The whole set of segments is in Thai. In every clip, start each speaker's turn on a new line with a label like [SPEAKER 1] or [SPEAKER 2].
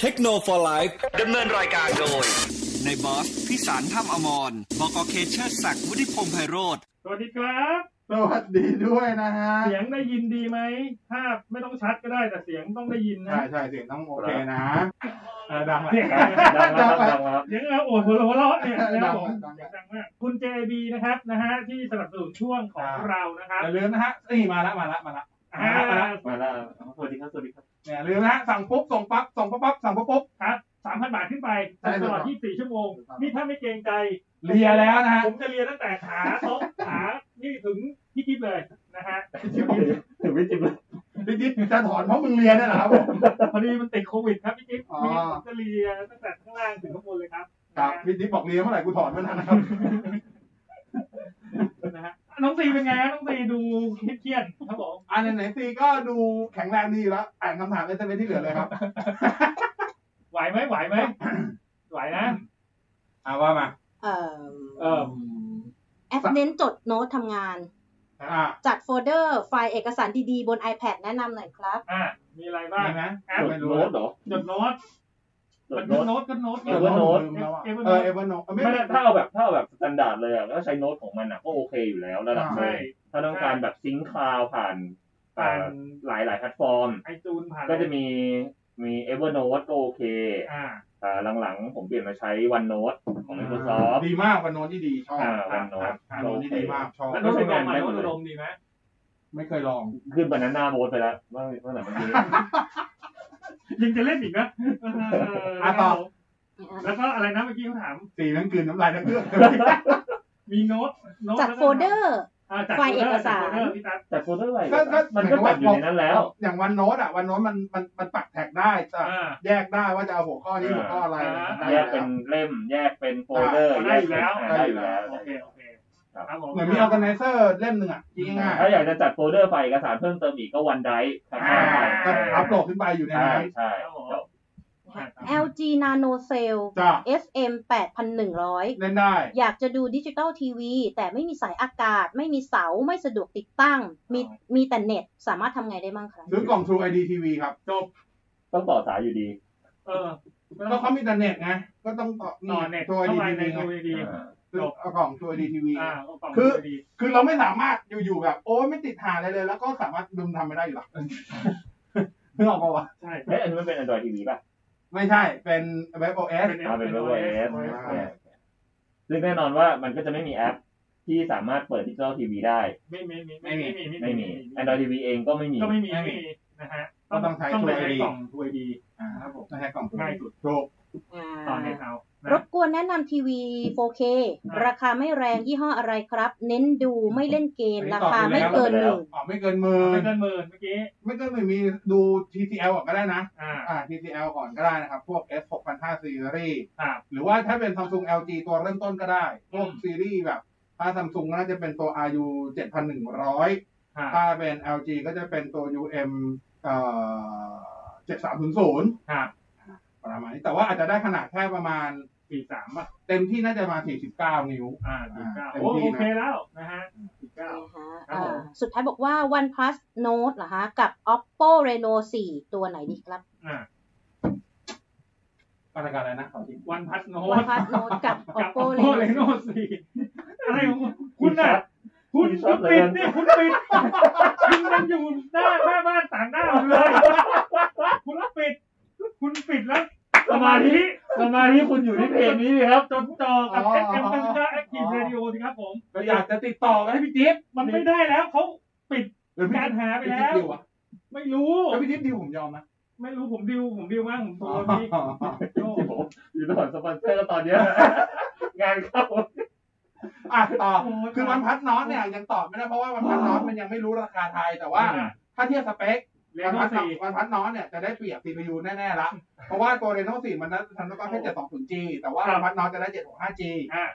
[SPEAKER 1] เทคโนโลยีไลฟ์
[SPEAKER 2] ดำเนินรายการโดย
[SPEAKER 1] ในบอสพิสารถ้ำอมรบกเคเชอร์ศักดิ์วุฒิพงษ์ไพโรธ
[SPEAKER 3] สวัสดีครับ
[SPEAKER 4] สวัสดีด้วยนะฮะ
[SPEAKER 3] เสียงได้ยินดีไหมภาพไม่ต้องชัดก็ได้แต่เสียงต้องได้ยินนะ
[SPEAKER 4] ใช่ใช่เสียงต้องโอเคนะ
[SPEAKER 3] อ่าดังแล้ว
[SPEAKER 4] ดังแล้วดังแล้ว
[SPEAKER 3] เสียงเราโอ้โหหัวเราะเนี่ยนะครับผม
[SPEAKER 4] ดังแล้ว
[SPEAKER 3] ดังมากคุณ JB นะครับนะฮะที่สนับสนุนช่วงของเรานะครับ
[SPEAKER 5] อย่าลืมนะฮะนี่มาละมาละมาละ
[SPEAKER 3] อ่า
[SPEAKER 5] มาละมาละ
[SPEAKER 4] มาแล้วสวัสดีครับสวัสดีครับ
[SPEAKER 5] อย่าลืมนะฮะสั่งปุ๊บส่งปั๊บส่งปั๊บปั๊บสั่งปุ๊บปุ๊บ
[SPEAKER 3] ครับสามพันบาทขึ้นไป
[SPEAKER 4] ใช่
[SPEAKER 3] ต
[SPEAKER 4] ครับ
[SPEAKER 3] ลอด 24 ชั่วโมง
[SPEAKER 4] ครับ
[SPEAKER 3] นี่ถ้าไม่เกรงใจ
[SPEAKER 5] เลียแล้วนะฮะ
[SPEAKER 3] ผมจะเรียนตั้งแต่ขาโต๊ะขานี่ถึงพี่กิ๊บเลยนะฮะ
[SPEAKER 6] ถึงวิจิตรเลย
[SPEAKER 4] ดิจิจะถอนเพราะมึงเรียนนี่แหละครับผม
[SPEAKER 3] พอดีมันติดโควิดครับพี่กิ๊บ
[SPEAKER 4] อ๋อ
[SPEAKER 3] ไม่งั้นผมจะเรียนตั้งแต่ข้างล่างถึงข้างบนเลยครับ
[SPEAKER 4] ครับดิจิบอกเรียนเมื่อไหร่กูถอนเมื่อนั้นนะครับ
[SPEAKER 3] นะฮะน้องตีเป็นไงฮะน้องตีดูเครียดๆครับผม
[SPEAKER 4] อันไหนๆซีก็ดูแข็งแรงดีอยู่แล้วอ่านคำถามในเซเว่นที่เหลือเลยครับ
[SPEAKER 3] ไหวไหมไหวไหม ไหวนะ
[SPEAKER 5] เอาว่ามา
[SPEAKER 7] เอ่อ
[SPEAKER 3] เออ
[SPEAKER 7] แอปเน้นจดโน้ตทำงาน
[SPEAKER 4] อ่า
[SPEAKER 7] จัดโฟลเดอร์ไฟล์เอกสารดีๆ บน iPad แนะนำหน่อยครับ
[SPEAKER 3] อ่ะมีอะไรบ้า
[SPEAKER 4] มี
[SPEAKER 3] ง
[SPEAKER 4] ไหม
[SPEAKER 3] แอป
[SPEAKER 6] จ
[SPEAKER 3] จ
[SPEAKER 6] ดโน้ตเหรอ
[SPEAKER 3] ดโน้ต
[SPEAKER 6] จ
[SPEAKER 3] มั
[SPEAKER 6] ด
[SPEAKER 3] นคื
[SPEAKER 6] โน้
[SPEAKER 3] อ
[SPEAKER 6] ต
[SPEAKER 3] โน้ตก็โน้ต
[SPEAKER 6] เอเวอร์โน้ต
[SPEAKER 4] เอเออเอเวอร์โน้ต
[SPEAKER 6] ไม่ได้ถ้าเอาแบบถ้าเอาแบบสแตนดาร์ดเลยอ่ะก็ใช้โน้ตของมันอ่ะก็โอเคอยู่แล้วระดับห
[SPEAKER 3] ใช่
[SPEAKER 6] นึ่งถ้าต้องการแบบซิงค์คลาวผ่าน
[SPEAKER 3] ผ่าน
[SPEAKER 6] หลายหลายๆแพลตฟอร์ม
[SPEAKER 3] ไอจูนผ่าน
[SPEAKER 6] ก็จะมีมี Evernote ก็โอเค
[SPEAKER 3] อ่า
[SPEAKER 6] อ่าหลังๆ ผมเปลี่ยนมาใช้ OneNote ของ Microsoft
[SPEAKER 4] ดีมากวันโน้ตที่ดีชอบ
[SPEAKER 6] อ่า
[SPEAKER 4] อ่า
[SPEAKER 6] OneNote
[SPEAKER 4] อ่าโน้ตที่ดีมากชอบ
[SPEAKER 3] แล้วโน้ต
[SPEAKER 6] ใช้
[SPEAKER 3] อุด
[SPEAKER 6] งาม น
[SPEAKER 3] อ่ะ
[SPEAKER 6] ได้
[SPEAKER 3] โน้
[SPEAKER 6] ห
[SPEAKER 3] ต
[SPEAKER 6] มดเล
[SPEAKER 3] อุ
[SPEAKER 6] ย
[SPEAKER 3] ดมดีไหม
[SPEAKER 4] ไม่เคยลอง
[SPEAKER 6] ขึ้นบานาน่าโบสไปแล้วเมื่อเมื่อไหร่เมื่อกี้
[SPEAKER 3] ยังจะเล่นอีกนะเออ
[SPEAKER 4] อ่ะต่อ
[SPEAKER 3] แล้วก็อะไรนะเมื่อกี้เขาถาม
[SPEAKER 4] สีนั่นกลืนน้ำลายทั้งเรื่อง
[SPEAKER 3] มีโน้ตโน้ต
[SPEAKER 7] จัดโฟลเดอร์
[SPEAKER 3] าจัด
[SPEAKER 7] ไฟล์เอกสาร
[SPEAKER 3] จัดโฟลเดอร์พี่ตั๊ก
[SPEAKER 4] ก็
[SPEAKER 6] แต่โฟลเดอร์อะไร
[SPEAKER 4] ก็
[SPEAKER 6] มันก็จัดอยู่ในนั้นแล้ว
[SPEAKER 4] อย่างวันโน้ตอ่ะวันโน้ตมันมันมันปักแท็กได้แต่
[SPEAKER 3] อ่า
[SPEAKER 4] แยกได้ว่าจะเอาหัวข้อนี้
[SPEAKER 6] อ่า
[SPEAKER 4] หัวข้ออะไร
[SPEAKER 3] อ่า
[SPEAKER 4] ได้
[SPEAKER 6] แย
[SPEAKER 4] แล้
[SPEAKER 6] ก
[SPEAKER 4] ว
[SPEAKER 6] เป็นเล่มแยกเป็นโฟลเดอร์
[SPEAKER 3] ได้อยู่แล้ว
[SPEAKER 6] แยกเป็นได้อยู่แล้ว
[SPEAKER 4] ได้
[SPEAKER 3] โอ
[SPEAKER 4] ยู่แล้ว
[SPEAKER 3] เคโอเค
[SPEAKER 6] ครับ
[SPEAKER 3] ครับผม
[SPEAKER 4] เหมือนมี organizer เล่มหนึ่งอ่ะจริงง่าย
[SPEAKER 6] ถ้าอยากจะจัดโฟลเดอร์ไฟล์เอกสารเพิ่มเติมอีกก็วันได
[SPEAKER 4] ๆอ่าก็อัพโหลดขึ้นไปอยู่ใน
[SPEAKER 6] ใช่
[SPEAKER 4] นั้น
[SPEAKER 6] ใช่จ
[SPEAKER 3] อ่ะ
[SPEAKER 6] บ
[SPEAKER 7] LG Nano Cell
[SPEAKER 4] จ้ะ
[SPEAKER 7] SM 8100
[SPEAKER 4] เล่นได้
[SPEAKER 7] อยากจะดูดิจิตอลทีวี แต่ไม่มีสายอากาศ ไม่มีเสาไม่สะดวกติดตั้ง มี
[SPEAKER 6] อ๋อ
[SPEAKER 7] มีแต่เน็ต สามารถทำไงได้บ้างครับ
[SPEAKER 4] ซื้อกล่อง True ID TV ครับ
[SPEAKER 6] ต้องต่อสายอยู่ดี
[SPEAKER 3] เออ
[SPEAKER 4] ก็เขามีแต่เน็ตไงก็ต้องต่อ
[SPEAKER 3] ต่อเน็ต
[SPEAKER 4] ทรูไอ
[SPEAKER 3] เข้า
[SPEAKER 4] ดี
[SPEAKER 3] ไปในโน
[SPEAKER 4] ทีวี
[SPEAKER 3] ดี
[SPEAKER 4] ซื้อกล่อง True ID TV
[SPEAKER 3] อ่าก็ต่อ
[SPEAKER 4] คือ
[SPEAKER 3] โนดี
[SPEAKER 4] คือเราไม่สามารถอยู่ๆแบบ โอ้ไม่ติดหาอะไรเลย แล้วก็สามารถดึงทำไม่ได้อยู่หรอก นึกออกปะวะ
[SPEAKER 3] ใช่
[SPEAKER 6] เฮ้ยอันนี้มันเป็น Android TV ป่ะ
[SPEAKER 4] ไม่ใช่เป็นเว็บโอเอส
[SPEAKER 6] อ่าเป็น iOS
[SPEAKER 4] อ่า
[SPEAKER 6] ซึ่งแน่นอนว่ามันก็จะไม่มีแอปที่สามารถเปิดดิจิ a l ลทีวีได้
[SPEAKER 3] ไม่มีไม่มีไม่มี
[SPEAKER 6] ไม่มี Android TV เองก็ไม่มี
[SPEAKER 3] ก็ไม่มีไม่มีนะฮะ
[SPEAKER 4] ก็ต้องใช้
[SPEAKER 3] ต้องไป
[SPEAKER 4] ตัว
[SPEAKER 3] ใช้
[SPEAKER 4] ID
[SPEAKER 3] กล่องทัวดี
[SPEAKER 4] ครับผมใช้กล่อง True
[SPEAKER 3] ง่ายสุด
[SPEAKER 4] True
[SPEAKER 7] อ่า
[SPEAKER 3] ตอนนี้เอานะ
[SPEAKER 7] รบกวนแนะนำทีวี 4K
[SPEAKER 3] อ่า
[SPEAKER 7] ราคาไม่แรงยี่ห้ออะไรครับ เน้นดูไม่เล่นเกม
[SPEAKER 4] อันนี้
[SPEAKER 7] รา
[SPEAKER 4] ตอบ
[SPEAKER 7] คา
[SPEAKER 4] ไปแล้ว
[SPEAKER 7] ไม่เกิน
[SPEAKER 6] ตอบไป
[SPEAKER 7] ห
[SPEAKER 6] แล้
[SPEAKER 7] นึ่
[SPEAKER 6] ว
[SPEAKER 7] ง
[SPEAKER 4] อ๋อไม่เกินหมื่
[SPEAKER 3] ไม่
[SPEAKER 4] น
[SPEAKER 3] เกินหมื่นเมื่อกี้
[SPEAKER 4] ไม่เกินหมื่นมีดู TCL ก่อนก็ได้นะ
[SPEAKER 3] อ่า
[SPEAKER 4] อ่า TCL ก่อนก็ได้นะครับ พวก S 6 5 0 Series
[SPEAKER 3] อ่า
[SPEAKER 4] หรือว่าถ้าเป็น Samsung LG ตัวเริ่มต้นก็ได้ พวก
[SPEAKER 3] อืม
[SPEAKER 4] ซีรีส์แบบ ถ้า Samsung ก็น่าจะเป็นตัว RU 7100
[SPEAKER 3] อ่า
[SPEAKER 4] ถ้าเป็น LG ก็จะเป็นตัว UM เอ่อ7300
[SPEAKER 3] อ่า
[SPEAKER 4] ประมาณนี้ แต่ว่าอาจจะได้ขนาดแค่ประมาณ
[SPEAKER 3] สี่สามป่ะ
[SPEAKER 4] เต็มที่น่าจะประมาณ49 นิ้ว
[SPEAKER 3] อ่าสี่เก้า
[SPEAKER 4] อ่า
[SPEAKER 3] โอ้
[SPEAKER 4] เต็มที่นะ
[SPEAKER 3] โอเคแล้วนะฮะสี่เก้า
[SPEAKER 7] นะคะ
[SPEAKER 3] ครับผม
[SPEAKER 7] อ่าสุดท้ายบอกว่า OnePlus Note เหรอฮะ กับ Oppo Reno 4 ตัวไหนดีครับ
[SPEAKER 3] อ่า
[SPEAKER 4] ปรายการอะไรนะขอจริง
[SPEAKER 3] วันพัสโน
[SPEAKER 7] OnePlus Note กับ
[SPEAKER 3] กับ
[SPEAKER 7] Oppo
[SPEAKER 3] โอเลโน
[SPEAKER 7] Reno
[SPEAKER 3] สี่อะไรของคุณคุณน่ะคุณ
[SPEAKER 6] มีช็
[SPEAKER 3] คุณ
[SPEAKER 6] อต
[SPEAKER 3] ปิด
[SPEAKER 6] เลย
[SPEAKER 3] เนี่ยคุณปิดคุณมันอยู่หน้าหน้าบ้านต่างด้าวเลย คุณปิด คุณปิดแล้วสมาธิ
[SPEAKER 6] สมาธิคุณอยู่ที่เพลงนี้เลยครับ
[SPEAKER 3] จดจ่อกับ FM ตั้งค่า Active Radio สิครับผม
[SPEAKER 5] เราอยากจะติดต่อไปให้พี่จิ๊บ
[SPEAKER 3] มันไม่ได้แล้วเขาปิด
[SPEAKER 4] หรือพี่
[SPEAKER 3] การหาไป
[SPEAKER 4] พี่
[SPEAKER 3] แล้ว
[SPEAKER 4] ทิพย์ดิวอะ
[SPEAKER 3] ไม่รู้
[SPEAKER 4] แล้วพี่ทิพย์ดิวผมยอมนะ
[SPEAKER 3] ไม่รู้ผมดิวผมดิวมากผมโทรนี่โอ้
[SPEAKER 6] โอ้โหอยู่ระหว่างสปอนเซอร์แล้วตอนเนี้ย งานเข้า
[SPEAKER 4] อ่ะต่อ
[SPEAKER 3] โห
[SPEAKER 4] คือวันพัดน็อตเนี่ยยังตอบไม่ได้เพราะว่าวันพัดน็อตมันยังไม่รู้ราคาไทยแต่ว่า
[SPEAKER 3] อ่ะ
[SPEAKER 4] ถ้าเทียบสเปค
[SPEAKER 3] เล
[SPEAKER 4] วัน
[SPEAKER 3] โน่
[SPEAKER 4] พัดน็อต
[SPEAKER 3] สี่
[SPEAKER 4] วันพัดน้อนเนี่ยจะได้เปรียบ CPU แน่ๆละ เพราะว่าตัว Reno 4 มันทำได้แค่ 720G แต่ว่าวันพัดน้อนจะได้ 765G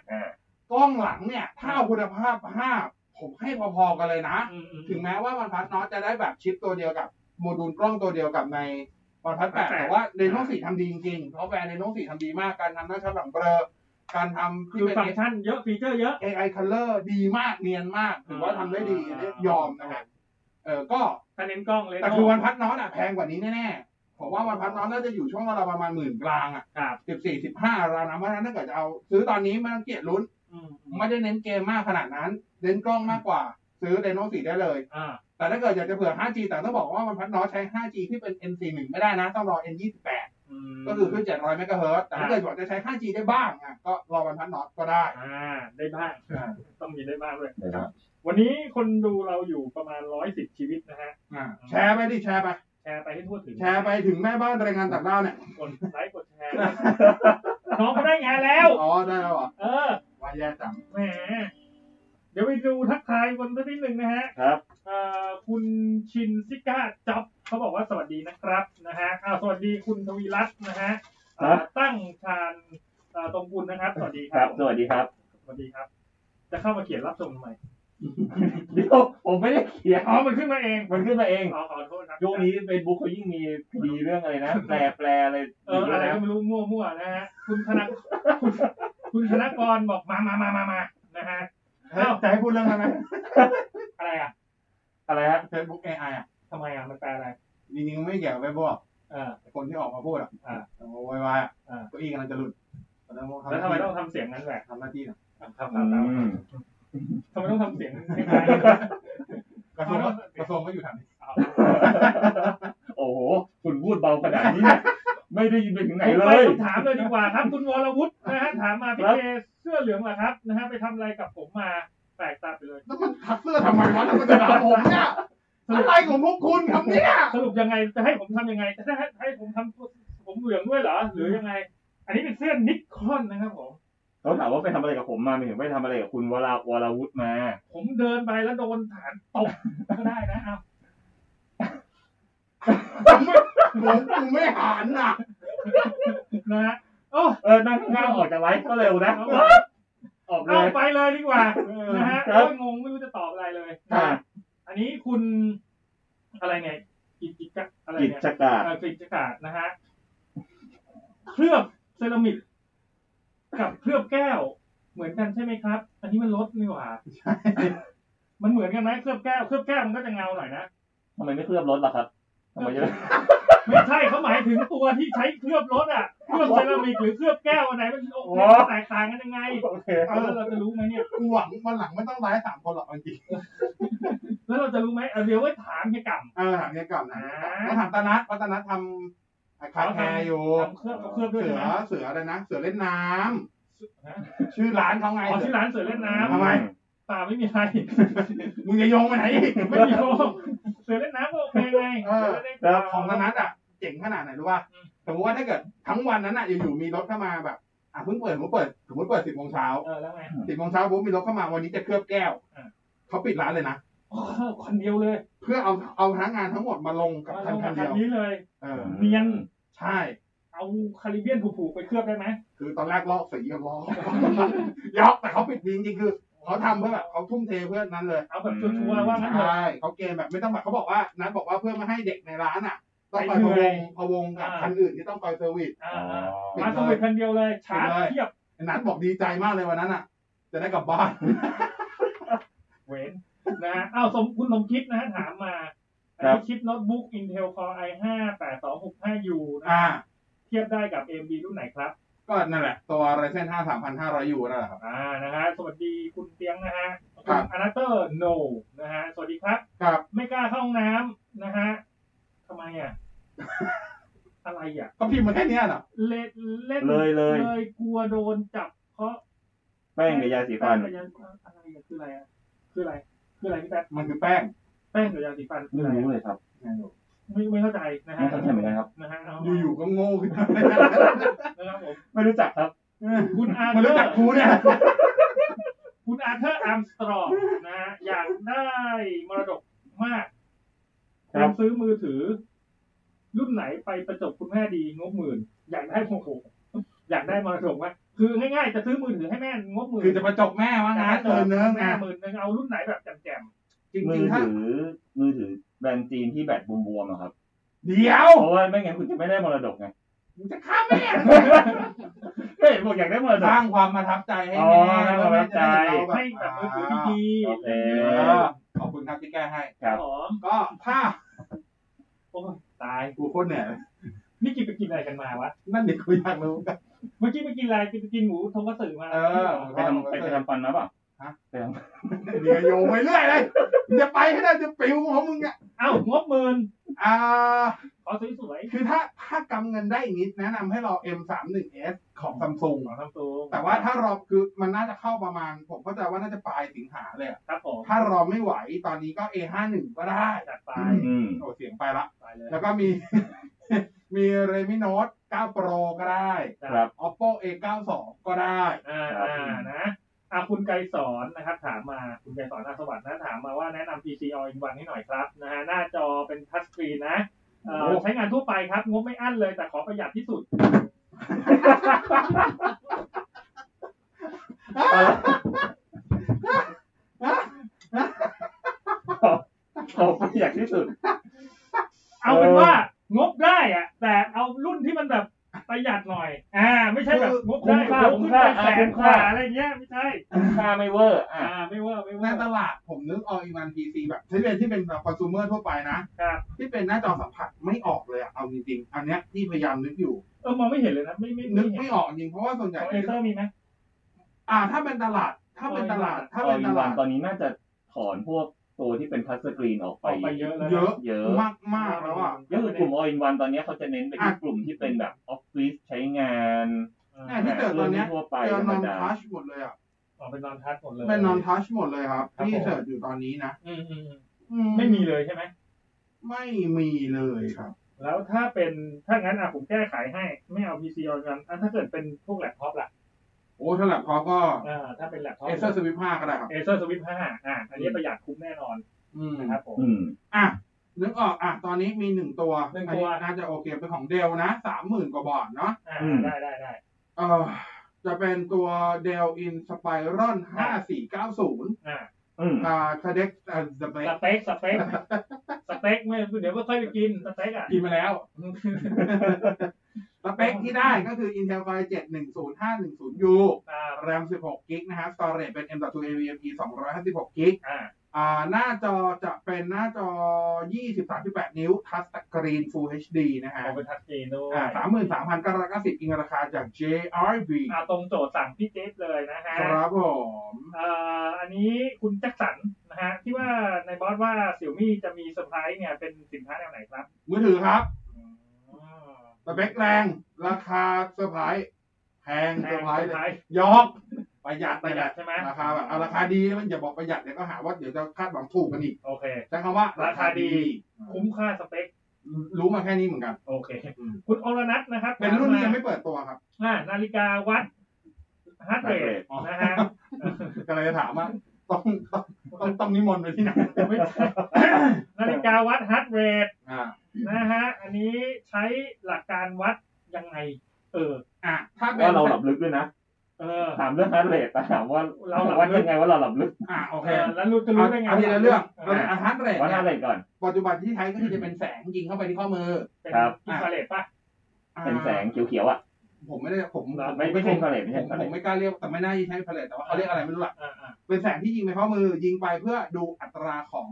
[SPEAKER 3] อ่ะ
[SPEAKER 4] กล้องหลังเนี่ยถ้าเอาคุณภาพภาพผมให้พอๆกันเลยนะ
[SPEAKER 3] อืมอืม
[SPEAKER 4] ถึงแม้ว่าวันพัดน้อนจะได้แบบชิปตัวเดียวกับโมดูลกล้องตัวเดียวกับในวันพัดแปด
[SPEAKER 3] แปด
[SPEAKER 4] แต่ว่า Reno 4ทำดีจริงๆ เพราะแบรนด์ Reno 4ทำดีมากการทำหน้าชัดหลังเบลอการทำ
[SPEAKER 3] คื
[SPEAKER 4] ที่
[SPEAKER 3] อ
[SPEAKER 4] เป็น
[SPEAKER 3] ฟังก์ชันเยอะฟีเจอร์เยอะ
[SPEAKER 4] AI Color ดีมากเนียนมากถือว่าทำได้ดีอันนี้ยอมนะครับเออก็
[SPEAKER 3] ถ้าเน้นกล้องเล
[SPEAKER 4] แต่
[SPEAKER 3] โน่
[SPEAKER 4] คือวันพัดน็อตอ่ะแพงกว่านี้แน่
[SPEAKER 3] ค
[SPEAKER 4] ผมว่าวันพัดน็อตน่าจะอยู่ช่วงเราประมาณหมื่นกลางอ่ะ
[SPEAKER 3] ครับ
[SPEAKER 4] สิบสี่สิบห้าเรานะเพราะฉะนั้นถ้าเกิดจะเอาซื้อตอนนี้ไม่ต้องเกียดลุ้น
[SPEAKER 3] อืม
[SPEAKER 4] ไม่ได้เน้นเกมมากขนาดนั้น เน้นกล้องมากกว่า ซื้อเรโน4ได้เลย
[SPEAKER 3] อ่า
[SPEAKER 4] แต่ถ้าเกิดอยากจะเผื่อ 5G แต่ต้องบอกว่ามันพัดน้อยใช้ 5G ที่เป็น NC1 ไม่ได้นะ ต้องรอ N28
[SPEAKER 3] อืม
[SPEAKER 4] ก็คือขึ้น700เมกะเฮิรตซ์แต่
[SPEAKER 3] ครั
[SPEAKER 4] ถ้า
[SPEAKER 3] บ
[SPEAKER 4] เกิดอยากจะใช้ 5G ได้บ้างอ่ะก็รอวันพัดน็อตก็ได้
[SPEAKER 3] อ่า ได้บ้าง ต้องมีได้บ้างด้วย
[SPEAKER 6] ได้บ้าง
[SPEAKER 3] วันนี้คนดูเราอยู่ประมาณร้อยสิบชีวิตนะฮะ
[SPEAKER 4] อ่าแชร์ไปดิแชร์ไป
[SPEAKER 3] แชร์ไปให้ทั่วถึง
[SPEAKER 4] แชร์ไปถึงแม่บ้านแรงงานต่างด้าวเนี่ย
[SPEAKER 3] กดไลค์กดแชร์ น้องเขาได้งานแล้ว
[SPEAKER 4] อ๋อ ได้แล้วเหรอ
[SPEAKER 3] เออ
[SPEAKER 4] ว่าแย่จัง
[SPEAKER 3] แหม เดี๋ยวไปดูทักทายคนสักนิดหนึ่งนะฮะ
[SPEAKER 6] ครับ
[SPEAKER 3] เอ่อคุณชินซิก้าจ็อบเขาบอกว่าสวัสดีนะครับนะฮะอ้าวสวัสดีคุณทวีรัตน์นะฮะเอ่อ
[SPEAKER 6] ครับ
[SPEAKER 3] ตั้งชาญเอ่อตรงกุลนะครับ สวัสดีค
[SPEAKER 6] ค
[SPEAKER 3] รั
[SPEAKER 6] รับ บ สวัสดีครับ
[SPEAKER 3] สวัสดีครับ จะเข้ามาเขียนรับชมทำไม
[SPEAKER 6] เดี๋ยวผมไม่ได้เขียน
[SPEAKER 3] อ๋อ มันขึ้นมาเอง
[SPEAKER 6] มันขึ้นมาเอง
[SPEAKER 3] อ๋อขอโทษครับ
[SPEAKER 6] ช่วงนี้เฟซบุ๊กเขายิ่งมีคดีเรื่องอะไร นะ แปลแปลอะไร
[SPEAKER 3] เอออะไรก็ไม่รู้มั่วๆนะฮะ คุณธนกคุณคุณธนกรบอกมามามามามานะฮะ
[SPEAKER 4] เฮ้ยจะให้พูดเรื่องอะไรไหม
[SPEAKER 3] อะไรอ่ะ
[SPEAKER 6] อะไรฮะ
[SPEAKER 4] เฟซบุ๊ก AI อ่ะ
[SPEAKER 3] ทำไมอ่ะ มันแปลอะไร
[SPEAKER 4] จริงๆไม่เกี่ยวกับเฟซบุ๊ก
[SPEAKER 3] เออ
[SPEAKER 4] คนที่ออกมาพูดอ่ะ
[SPEAKER 3] อ่า
[SPEAKER 4] โวยวายอ่ะ
[SPEAKER 3] อ่า
[SPEAKER 4] เก็อีกำลังจะหลุดแล้ว
[SPEAKER 3] แล้วทำไมต้องทำเสียงนั้นแหวะ
[SPEAKER 4] ทำหน้าที่นะ
[SPEAKER 3] ทำทำ
[SPEAKER 6] อื
[SPEAKER 3] ทำทำ
[SPEAKER 6] ม
[SPEAKER 3] ทำไมต้องทำเสียงคล้าย
[SPEAKER 4] กระทรวงก็กระทรวงก็อยู่แถวนี้
[SPEAKER 3] ๆ
[SPEAKER 6] โอ้โห คุณพูดเบาขนาดนี้เนี่ย ไม่ได้ยินไปถึงไหนเลย
[SPEAKER 3] ไปคำถามเลยดีกว่าครับ คุณวรวุฒินะฮะถามมาพี่เจเสื้อเหลืองเหรอครับนะฮะไปทำอะไรกับผมมาแปลกตาไปเลย
[SPEAKER 4] แล้วมันทักเสื้อทำไมวะแล้วมันจะด่าผมเนี่ยอะไรของพวกคุณครับเนี่ย
[SPEAKER 3] สรุปยังไงจะให้ผมทำยังไงจะให้ให้ผมทำตัวผมเหลืองด้วยเหรอหรือยังไง อันนี้เป็นเสื้อนิคอนนะครับผม
[SPEAKER 6] เขาถามว่าไปทำอะไรกับผมมาไม่ถึงไปทำอะไรกับคุณวราวรวุฒิมา
[SPEAKER 3] ผมเดินไปแล้วโดนฐานตบก็ได้นะเอา
[SPEAKER 4] ผมกูไม่หันอ่ะ
[SPEAKER 3] นะฮะโอ้
[SPEAKER 6] เออ นั่งข้างๆออกจากไลฟ์ก็เร็วนะ ออกเล
[SPEAKER 3] เอา
[SPEAKER 6] ย
[SPEAKER 3] ไปเลยดีกว่านะฮะ
[SPEAKER 6] ครับ
[SPEAKER 3] โอ้ยงงไม่รู้จะตอบอะไรเลยนะ
[SPEAKER 6] อ่ะ
[SPEAKER 3] ฮะอันนี้คุณอะไรเนี่ยกิจกิจอะไร
[SPEAKER 6] กิ
[SPEAKER 3] เนี่ย
[SPEAKER 6] จกา
[SPEAKER 3] เอ่อกลิ่นจะขาดนะฮะ เคลือบเซรามิกกับเคลือบแก้ว เหมือนกันใช่ไหมครับ อันนี้มันลดนี่หว่า มันเหมือนกันไหมเคลือบแก้ว เคลือบแก้วมันก็จะเงาหน่อยนะ
[SPEAKER 6] ทำไมไม่เคลือบรถล่ะครับทำไมจะ
[SPEAKER 3] ไม่ใช่เขาหมายถึงตัวที่ใช้เคลือบรถอ่ะ เคลือบเซรามิกหรือเคลือบแก้วอันไหนมันโอเค
[SPEAKER 6] อ๋อ
[SPEAKER 3] มันแตกต่างกันยังไง
[SPEAKER 6] โอเค
[SPEAKER 3] เอาแล้วเราจะรู้ไหมเนี่ย
[SPEAKER 4] กูหวังวันหลังไม่ต้องไลฟ์สามคนหรอกเอาจริง
[SPEAKER 3] แล้วเราจะรู้ไหมเอาเดี๋ยวไว้ถามเฮียกั่ม
[SPEAKER 4] เออถามแกก่อนนะแล้วถามตานัทเพราะตานัททำคาแคร์อยู่
[SPEAKER 3] ทำเคลือบเคลือบด้วย
[SPEAKER 4] เสือ
[SPEAKER 3] นะ
[SPEAKER 4] เสืออะไรนะ เสือเล่นน้ำ ชื่อร้านเขาไง
[SPEAKER 3] อ๋อที่ร้านเสือเล่นน้
[SPEAKER 4] ทำไม
[SPEAKER 3] ำป่าไม่มีอะไร
[SPEAKER 4] มึงจะโยงไปไหนอีก
[SPEAKER 3] ไม่มีโรคเสือเล่นน้ำก็โอเค ไง
[SPEAKER 6] เออ
[SPEAKER 4] ของตานัทอ่ะ เจ๋งขนาดไหนรู้ป่ะสมมติว่าถ้าเกิดทั้งวันนั้นอ่ะอยู่ๆมีรถเข้ามาแบบ อ่ะเพิ่งเปิดผมติเปิดสมมติเปิดสิบโมงเช้า
[SPEAKER 3] เออแล้วไง
[SPEAKER 4] สิบโมงเช้าปุ๊บมีรถเข้ามาวันนี้จะเคลือบแก้ว
[SPEAKER 3] อ่า
[SPEAKER 4] เขาปิดร้านเลยนะ
[SPEAKER 3] อ๋อคนเดียวเลย
[SPEAKER 4] เพื่อเอาเอาพนักงานทั้งหมดมาลงกับคันคันเดียว
[SPEAKER 3] นี้เลย
[SPEAKER 4] เออ
[SPEAKER 3] เนียน
[SPEAKER 4] ใช่
[SPEAKER 3] เอาคาริเบียนผูกๆไปเคลือบได้ไหม
[SPEAKER 4] คือตอนแรกลอกสีกับลอก ยอกแต่เขาปิดจริงๆคือเขาทำเพื่อแบบเขาทุ่มเทเพื่อนั้นเลย
[SPEAKER 3] เอาแบบชัวร์ๆว่างั้นเถอะ
[SPEAKER 4] ใช่เขาเกมแบบไม่ต้องแบบเขาบอกว่านัทบอกว่าเพื่อไม่ให้เด็กในร้านอ่ะ ต้องคอยพะวงพะวงกับ
[SPEAKER 3] อ่า
[SPEAKER 4] คันอื่นที่ต้องคอยเซอร์วิส
[SPEAKER 3] อ่า
[SPEAKER 6] อ๋อ
[SPEAKER 3] มาสวิตคันเดียวเลยชาร์จเทียบ
[SPEAKER 4] นัทบอกดีใจมากเลยวันนั้นอ่ะ จะได้กลับบ้าน
[SPEAKER 3] เว้นนะฮะอ้าวสมคุณสมคิดนะฮะถามมาอันนี้ชิปโน้ตบุ๊ก Intel Core i5 8265U นะ
[SPEAKER 4] อ่า
[SPEAKER 3] เทียบได้กับ AMD รุ่นไหนครับ
[SPEAKER 4] ก็นั่นแหละ ตัวไรเซนห้าสามพันห้าร้อยยูนั่นแหละครับ
[SPEAKER 3] อ่านะฮะสวัสดีคุณเตียงนะฮะ
[SPEAKER 4] ครับ
[SPEAKER 3] อนาเตอร์โนนะฮะสวัสดีครับ
[SPEAKER 4] ครับ
[SPEAKER 3] ไม่กล้าเข้าห้องน้ำนะฮะทำไมอ่ะ อะไรอ่ะ
[SPEAKER 4] ก็พิมพ์มาแค่เนี้ยเหรอ
[SPEAKER 3] เล่นเล่น
[SPEAKER 6] เลยเลย
[SPEAKER 3] เลยกลัวโดนจับ เพราะ
[SPEAKER 6] แป้งกับยาสีฟัน
[SPEAKER 3] แป้งกับยาสีฟันอะไรอะคืออะไรอะคืออะไร คืออะไรพี่แป๊บ
[SPEAKER 4] มันคือแป้ง
[SPEAKER 3] แป้งกับยาสีฟันคืออะ
[SPEAKER 6] ไม่
[SPEAKER 3] ไร
[SPEAKER 6] รู้
[SPEAKER 3] อะ
[SPEAKER 6] เลยครับ
[SPEAKER 3] ไม่ไม่เข้าใจนะ
[SPEAKER 6] ไม่
[SPEAKER 3] ฮะ
[SPEAKER 6] เข้าใจเหมือนกันครับ
[SPEAKER 3] นะฮะเา
[SPEAKER 4] อยู่ๆก็โง่ขึ้นมา
[SPEAKER 3] นะครับผม
[SPEAKER 6] ไม่รู้จักครับ
[SPEAKER 3] คุณอา
[SPEAKER 4] มัน
[SPEAKER 3] เธอ
[SPEAKER 4] รู้จัก
[SPEAKER 3] ร์
[SPEAKER 4] กูเนี่ย
[SPEAKER 3] คุณอาเธอร์อาร์มสตรองนะฮะอยากได้มรดกมาก
[SPEAKER 6] ครับ
[SPEAKER 3] ณซื้อมือถือ รุ่นไหนไปประจบคุณแม่ดีงบหมื่น อยากได้โอ้โหอยากได้มรดกไหมคือง่ายๆจะซื้อมือถือให้แม่งบหมื่น
[SPEAKER 4] คือจะประจบแม่ว่างั้นเออเนื้อ
[SPEAKER 3] แม่
[SPEAKER 4] งา
[SPEAKER 3] หมื่นหนึ่งเอารุ่นไหนแบบแจ่ม
[SPEAKER 4] จริ
[SPEAKER 6] มื
[SPEAKER 4] ง
[SPEAKER 6] อ
[SPEAKER 4] ๆถ้า
[SPEAKER 6] ถือมือถือแบรนด์จีนที่แบตบวมๆอะครับ
[SPEAKER 4] เดี๋ยว
[SPEAKER 6] เพราะว่าไม่งั้นคุณจะไม่ได้มรดกไง
[SPEAKER 4] มึงจะฆ่าแม่เหรอ
[SPEAKER 6] เฮ้ยบอกอยากได้มรด
[SPEAKER 4] ส
[SPEAKER 6] ก
[SPEAKER 4] ร้างความประทับใจให้
[SPEAKER 6] อ๋อ
[SPEAKER 4] แม่
[SPEAKER 6] ประทับใจ
[SPEAKER 4] แล้ว
[SPEAKER 3] ๆ
[SPEAKER 4] แม่
[SPEAKER 3] ให้
[SPEAKER 4] จะ
[SPEAKER 3] แบ
[SPEAKER 4] ได้
[SPEAKER 3] บ
[SPEAKER 4] เห็นเรา
[SPEAKER 3] มือถือ
[SPEAKER 4] แบบ
[SPEAKER 3] ดี
[SPEAKER 6] โอเค
[SPEAKER 4] เออขอบคุณครับที่แก้ให้
[SPEAKER 6] ครับ
[SPEAKER 3] หอม
[SPEAKER 4] ก็ถ้า
[SPEAKER 3] โอ้ย ตาย
[SPEAKER 4] กูโคตรเหนื่อยเลย
[SPEAKER 3] นี่กินไปกินอะไรกันมาวะ
[SPEAKER 4] นั่นเด็กกูอยากรู้
[SPEAKER 3] เมื่อกี้ไปกินอะไรกินไปกินหมูทงกระสือมา
[SPEAKER 4] เออ
[SPEAKER 6] ไปทำไปไปทำฟันมาเปล่า
[SPEAKER 4] ฮะ
[SPEAKER 6] ไปทำ
[SPEAKER 4] เดี๋ยวโยงไปเรื่อยเลยมึงจะไปให้ได้จะปิวของมึงเนี่ย
[SPEAKER 3] เอ้างบหมื่น
[SPEAKER 4] อ่า
[SPEAKER 3] ขอสวย
[SPEAKER 4] คือถ้าถ้ากำเงินได้อีกนิดแนะนำให้รอ M31s ของซัมซุง
[SPEAKER 3] ๆของทำตัว
[SPEAKER 4] แต่ว่าถ้ารอคือมันน่าจะเข้าประมาณ ผมเข้าใจว่าน่าจะปลายสิงหาเลยอะ
[SPEAKER 3] ครับผม
[SPEAKER 4] ถ้ารอไม่ไหวตอนนี้ก็ A51 ก็ได้
[SPEAKER 3] จัดไป
[SPEAKER 4] อื โอ้เสียงไปละ
[SPEAKER 3] ไปเลย
[SPEAKER 4] แล้วก็มี มีเรมิโนต9 Pro ก็ได้
[SPEAKER 6] ครับ
[SPEAKER 4] Oppo A92 ก็ได้
[SPEAKER 3] อ่าอ่านะอ่าคุณไกรสอนนะครับ ถามมาคุณไกรสอนนาสวัสดิ์นะถามมาว่าแนะนำ PC All in One ให้หน่อยครับนะฮะหน้าจอเป็นทัชสกรีนนะเอ่อ
[SPEAKER 4] โอ้
[SPEAKER 3] ใช้งานทั่วไปครับ งบไม่อั้นเลยแต่ขอประหยัดที่สุด
[SPEAKER 6] เขาไปอยากที่สุด
[SPEAKER 3] เอาเป็นว่างบได้อะแต่เอารุ่นที่มันแบบประหยัดหน่อย อ่า ไม่ใช่แบบงบได้
[SPEAKER 6] คุ้มค่า
[SPEAKER 3] แบบขึ้น
[SPEAKER 6] คุ้มค่า
[SPEAKER 3] ไปแส
[SPEAKER 6] คุ้
[SPEAKER 3] น
[SPEAKER 6] ม
[SPEAKER 3] ก
[SPEAKER 6] ค่า
[SPEAKER 3] ว่าอะไรเงี้ยไม่ใช่
[SPEAKER 6] คุ้มค่าไม่เวอร์อ่ะ
[SPEAKER 3] อ่าไม่เวอร์ไม่เว
[SPEAKER 4] ใน
[SPEAKER 3] อร์
[SPEAKER 4] ตลาดผมนึก all in one PC แบบที่เป็นที่เป็นแบบคอน sumer ทั่วไปนะ
[SPEAKER 3] ครับ
[SPEAKER 4] ที่เป็นหน้าจอสัมผัสไม่ออกเลยอะเอาจริงๆ อันเนี้ยที่พยายามนึกอยู่
[SPEAKER 3] เออมองไม่เห็นเลยนะไม่ไม่
[SPEAKER 4] นึก
[SPEAKER 3] เห็
[SPEAKER 4] ไม่ออกจริงเพราะว่าส่วนใหญ่
[SPEAKER 3] เลเซอร์มีไหม
[SPEAKER 4] อ่า ถ้าเป็นตลาด ถ้าเป็นตลาด ถ้า
[SPEAKER 6] ถ้า
[SPEAKER 4] เป็
[SPEAKER 6] เป็น น
[SPEAKER 4] ต
[SPEAKER 6] ต
[SPEAKER 4] ลา
[SPEAKER 6] ลา
[SPEAKER 4] ด
[SPEAKER 6] ดตอนนี้น่าจะถอนพวกตัวที่เป็นทัชสกรีนออกไป
[SPEAKER 3] ออกไปเยอะแล้วน
[SPEAKER 4] เยอะ
[SPEAKER 6] เยอะ
[SPEAKER 4] มากมากๆแล้วอ่ะ
[SPEAKER 6] ก็คือกลุ่ม all in one ตอนนี้เขาจะเน้นไปที่กลุ่มที่เป็นแบบออฟฟิศใช้งาน
[SPEAKER 3] อ่า
[SPEAKER 4] แน่ ที่เจอตอนเนี้ย
[SPEAKER 6] ทั่วไป
[SPEAKER 4] เจอน
[SPEAKER 6] ธรรม
[SPEAKER 4] อน
[SPEAKER 6] ดา
[SPEAKER 4] ทัชหมดเลยอ่ะ
[SPEAKER 3] ออกเป็นนอนทัชหมดเลย
[SPEAKER 4] เป็นนอนทัชหมดเลยครับ
[SPEAKER 3] ครับ
[SPEAKER 4] ที่
[SPEAKER 3] ผม
[SPEAKER 4] เสิร์ชอยู่ตอนนี้นะ
[SPEAKER 3] อืมอืมอืม
[SPEAKER 4] อื
[SPEAKER 3] ไม่มีเลยใช่ไหม
[SPEAKER 4] ไม่มีเลยครับ
[SPEAKER 3] แล้วถ้าเป็นถ้างั้นอ่ะผมแก้ไขให้ไม่เอา PC เอากันอ่ะถ้าเกิดเป็นพวกแล็ปท็อปล่ะ
[SPEAKER 4] โอ้ถ้าแล็ปท็อปก็
[SPEAKER 3] อ่าถ้าเป็นแล็ปท็อป
[SPEAKER 4] เอเซอร์สวิฟห้าก็ได้ครับ
[SPEAKER 3] เอเซอร์สวิฟห้าอ่าอันนี้ประหยัดคุ้มแน่นอน
[SPEAKER 4] อืม
[SPEAKER 3] นะครับผม
[SPEAKER 6] อืม
[SPEAKER 4] อ่ะนึกออกอ่ะตอนนี้มีหนึ่งตัว
[SPEAKER 3] หนึ่งตัว
[SPEAKER 4] อัน่าจะโอเคเป็นของเดลนะสามหมื่นกว่าบาทเนาะ
[SPEAKER 3] อ่า
[SPEAKER 6] อืม
[SPEAKER 3] ได้ได้ได้
[SPEAKER 4] เออจะเป็นตัวเดลอินสไปรอนห้าสี่เก้าศูนย์
[SPEAKER 3] อ่า
[SPEAKER 6] อืม
[SPEAKER 4] อ่าคาเด็กอ่าจะไป
[SPEAKER 3] สเต็กส เต็กสเต็กไม่เดี๋ยวไม่ค่อยไปกินสเต็กอ่ะ
[SPEAKER 4] กินมาแล้ว สเปคที่ได้ก็คือ Intel Core 7 1 0 5 1 0 U
[SPEAKER 3] อ่า
[SPEAKER 4] RAM 16 g b นะครับ Storage เป็น M.2 AVMe 256 g b
[SPEAKER 3] อ่า
[SPEAKER 4] อ่า หน้าจอจะเป็นหน้าจอ 23.8 นิ้ว Touch Screen Full HD นะฮะ
[SPEAKER 3] ผมเป็นทัชเจนด้วย
[SPEAKER 4] อ่า33,990อิงราคาจาก JRB
[SPEAKER 3] อ่าตรงโจทย์สั่งพี่เจฟเลยนะฮะ
[SPEAKER 4] ครับผม
[SPEAKER 3] เอ่ออันนี้คุณแจ็คสันนะฮะที่ว่าในบอสว่าเสี่ยวมี่จะมีเซอร์ไพรส์เนี่ยเป็นสินค้าแนวไหนครับ
[SPEAKER 4] มือถือครับ
[SPEAKER 3] อ๋อ
[SPEAKER 4] สเปคแรง ราคาเซอร์ไพรส์แพงเซอร์ไพรส์
[SPEAKER 3] แนวเซอร์ไพรส์
[SPEAKER 4] ยอกประหยัด
[SPEAKER 3] ป
[SPEAKER 4] ประ ระ
[SPEAKER 3] ห
[SPEAKER 4] ห
[SPEAKER 3] ยั
[SPEAKER 4] ยั
[SPEAKER 3] ด
[SPEAKER 4] ด
[SPEAKER 3] ใช่ไหม
[SPEAKER 4] ราคาแบบเอาราคาดีมันอย่าบอกประหยัดเดี๋ยวก็หาว่าเดี๋ยวจะคาดหวังถูกกันอีก
[SPEAKER 3] โอเค
[SPEAKER 4] ใช้คำว่า
[SPEAKER 3] ราคาดี คุ้มค่าสเปค
[SPEAKER 4] รู้มาแค่นี้เหมือนกัน
[SPEAKER 3] โอเค คุณอรนัทนะครับ
[SPEAKER 4] เป็นรุ่นที่ยังไม่เปิดตัวครับ
[SPEAKER 3] อ่านาฬิกาวัดฮาร์ดเรทนะฮะ
[SPEAKER 4] กำลังจะถามว่าต้องต้องต้องต้องนิมนต์ไปที่ไหน
[SPEAKER 3] ไม่ใช่นาฬิกาวัดฮาร์ดเรท
[SPEAKER 4] อ่า
[SPEAKER 3] นะฮะ อันนี้ใช้หลักการวัดยังไง เออ
[SPEAKER 4] อ่ะถ้าเป็น
[SPEAKER 6] ว่าเราหลับลึกด้วยนะ
[SPEAKER 3] เออ
[SPEAKER 6] ถามเรื่องฮาร์ดเรทไปถามว่า
[SPEAKER 3] เราหลับลึก
[SPEAKER 6] วัดยังไงว่าเราหลับลึก
[SPEAKER 4] อ่ะโอเค
[SPEAKER 3] เออแล้วรู้จะรู้
[SPEAKER 4] เอา
[SPEAKER 3] ได้ไง
[SPEAKER 4] เอาทีละเรื่อง
[SPEAKER 3] เอ
[SPEAKER 4] เรา
[SPEAKER 3] อ
[SPEAKER 4] อาทัศน์เลย
[SPEAKER 6] วัดฮาร์ดเรทก่อน
[SPEAKER 4] ปัจจุบันที่ใช้ก็คือจะเป็นแสงยิงเข้าไปที่ข้อมือ
[SPEAKER 3] เป็น
[SPEAKER 6] ครับ
[SPEAKER 3] อินฟราเรดป่ะ
[SPEAKER 4] อ่า
[SPEAKER 6] เป็นแสงเขียวๆอ่ะ
[SPEAKER 4] ผมไม่ได้ผม
[SPEAKER 3] เหรอ
[SPEAKER 4] ผ
[SPEAKER 6] ไม่ไม่ใช่
[SPEAKER 4] ผ
[SPEAKER 6] infrared ไม่ใช่
[SPEAKER 4] ผม
[SPEAKER 6] infrared
[SPEAKER 4] ผมไม่กล้าเรียกแต่ไม่น่าจะใช้พาเลตแต่ว่าเขาเรียกอะไรไม่รู้ล่ะ
[SPEAKER 3] อ่าอ่า
[SPEAKER 4] เป็นแสงที่ยิงไปข้อมือยิงไปเพื่อดูอัตราของ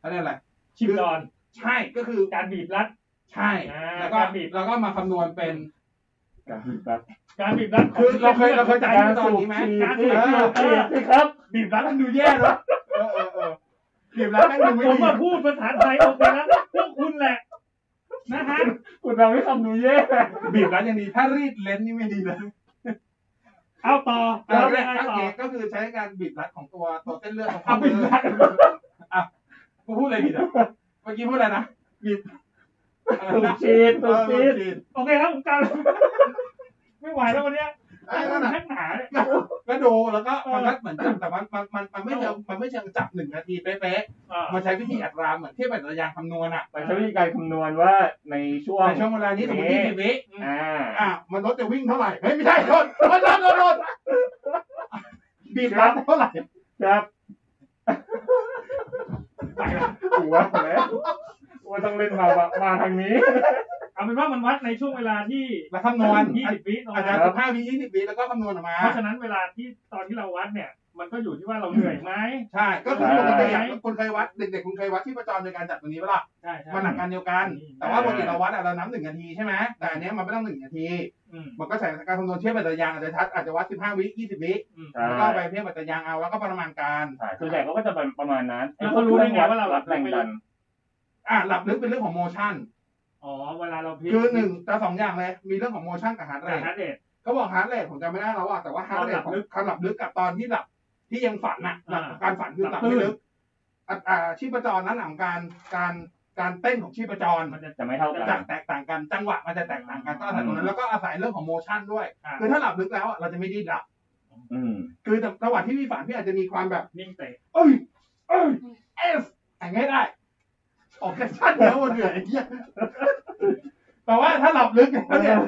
[SPEAKER 4] เขาเรียกอะไร
[SPEAKER 3] ชิปดอน
[SPEAKER 4] ใช่ก็คือ
[SPEAKER 3] การบีบรัด
[SPEAKER 4] ใช่
[SPEAKER 3] อ่า
[SPEAKER 4] แล้วก็
[SPEAKER 3] การบีบ
[SPEAKER 4] แล้วก็มาคำนวณเป็น
[SPEAKER 6] การบีบรัด
[SPEAKER 3] การบีบรัดขง
[SPEAKER 4] คือเราเคยเราเคยจ่าย
[SPEAKER 6] การสูบฉีดที่ฉีดที่ครับ
[SPEAKER 4] บีบรัดมันดูแย่เนาะเออเออเออบีบรัดมันดูไม่
[SPEAKER 3] ผม
[SPEAKER 4] ดี
[SPEAKER 3] มาพูดภาษาไทยออกมาแล้วพวกคุณแหละ นะฮะ
[SPEAKER 6] คุณเราไม่คำดูแย่
[SPEAKER 4] บีบรัดยังดี ถ้ารีดเลนส์นี่ไม่ดีเลย
[SPEAKER 3] เอาต่อ
[SPEAKER 4] เรา
[SPEAKER 3] แล้ว
[SPEAKER 4] ได้
[SPEAKER 3] ยังไงต่
[SPEAKER 4] โอ
[SPEAKER 3] อ
[SPEAKER 4] เคก็คือใช้การบีบรัดของตัวตัวเส้นเลือดของ
[SPEAKER 8] เอาบีบรัด
[SPEAKER 4] อ่ะกูพูดอะไรผิดอ่ะ เมื่อกี้พูดอะไรนะ บีบอะไร
[SPEAKER 6] สูบ
[SPEAKER 4] นะ
[SPEAKER 6] ฉีดสูบฉีด
[SPEAKER 4] ด
[SPEAKER 3] โอเคครับผมการไม่ไหวแล้ววันเนี้ย
[SPEAKER 4] ไอ้นั่นน่ะ
[SPEAKER 3] นักหนาเนี่ย
[SPEAKER 4] ก็ดูแล้วก็มันก็เหมือนจับแต่มันมันมันมันไม่เชิงมันไม่เชิงจับหนึ่งนาทีเป๊ะ
[SPEAKER 3] อ่า
[SPEAKER 4] ๆมันใช้วิธีอัตราเหมือนเทียบแบบระยางคำนวณอ่ะ
[SPEAKER 6] มันใช้วิธีการคำนวณว่าในช่วง
[SPEAKER 4] ในช่วงเวลานี้สมมติที่สิบวิ
[SPEAKER 6] อ่า
[SPEAKER 4] อ่ะมันรถจะวิ่งเท่าไหร่เฮ้ยไม่ใช่รถรถรถรถรถบีบรัดเท่าไหร่
[SPEAKER 6] ครับไปละกูว่าแล้วกูว่าต้องเล่นมาแบบมาทางนี้
[SPEAKER 3] เอาเป็นว่ามันวัดในช่วงเวลาที่
[SPEAKER 4] มาคำนวณ
[SPEAKER 3] ยี่สิบวิตรง
[SPEAKER 4] อาจ
[SPEAKER 3] นั้
[SPEAKER 4] จะ
[SPEAKER 3] น
[SPEAKER 4] สิบห้าวิยี่สิบวิแล้วก็คำนวณออกมา
[SPEAKER 3] เพราะฉะนั้นเวลาที่ตอนที่เราวัดเนี่ย มันก็อยู่ที่ว่าเราเหนื่อยไหม
[SPEAKER 9] ใช่
[SPEAKER 4] ก็คือปกติอะคุณเคยวัดเด็กๆคุณเคยวัดที่ประจรในการจัดตรงนี้ปะล่ะ
[SPEAKER 3] ใช่ใช่
[SPEAKER 4] มันหลักการเดียวกัน
[SPEAKER 3] อืม
[SPEAKER 4] แต่ว่าปกติเราวัดอะเรานับหนึ่งนาทีใช่ไหมแต่อันเนี้ยมันไม่ต้องหนึ่งนาที
[SPEAKER 3] อืม
[SPEAKER 4] มันก็ใส่การคำนวณเทียบปัจจัยยางอาจจะชัดอาจจะวัดสิบห้าวิยี่สิบวิ
[SPEAKER 3] อืม
[SPEAKER 6] ใช่
[SPEAKER 4] แล้วก็เอาไปเทียบปัจจัยยางเอาแล้วก็ประมาณการ
[SPEAKER 6] ใช่ส่วนใหญ่เขาก็จะเป็นประมาณนั้น
[SPEAKER 3] แล้วเขารู้ได้ไงว่าเรา
[SPEAKER 6] วัดแรงดัน
[SPEAKER 4] อ่ะหลับลึกเป็นเรื่องของโมชั่น
[SPEAKER 3] อ๋อเวลาเราพลิก
[SPEAKER 4] คือหนึ่งแต่สองอย่างเลย มีเรื่องของโมชั่นกับฮาร์ดเร
[SPEAKER 3] แต่
[SPEAKER 4] ท
[SPEAKER 3] ฮาร์ดเดท
[SPEAKER 4] เขาบอกฮาร์ดเรทผมจำไม่ได้แล้วอ่ะแต่ว่าฮาร์ดเรท
[SPEAKER 3] ตอนหลับลึก
[SPEAKER 4] ความหลับลึกกับตอนที่หลับที่ยังฝันน่ะหลับ
[SPEAKER 3] อ่า
[SPEAKER 4] การฝันคือห
[SPEAKER 3] หลั
[SPEAKER 4] ลับบ ไม่
[SPEAKER 3] ลึ
[SPEAKER 4] ลึก
[SPEAKER 3] ก
[SPEAKER 4] อ่ะอ่าชีพจรนั้นหลังการการการเต้นของชีพจร
[SPEAKER 3] มันจะ
[SPEAKER 6] จะไม่เท่ากัน
[SPEAKER 4] จะแตกต่างกันจังหวะมันจะแตกต่างกันก็อาศัยตรงนั้นแล้วก็อาศัยเรื่องของโมชั่นด้วย
[SPEAKER 3] อ่า
[SPEAKER 4] คือถ้าหลับลึกแล้วอ่ะเราจะไม่ดิ้นหลับ
[SPEAKER 6] อืม
[SPEAKER 4] คือแต่ระหว่างที่พี่ฝันพี่อาจจะมีความแบบ
[SPEAKER 3] นิ่งเตะ
[SPEAKER 4] เอ้ยเอ้ยเอฟแต่งไม่ได้ ออกแคชั่นแล้วมันเหนื่อยไอ้เหี้ย แต่ว่าถ้าหลับลึกแล้วเนี่ย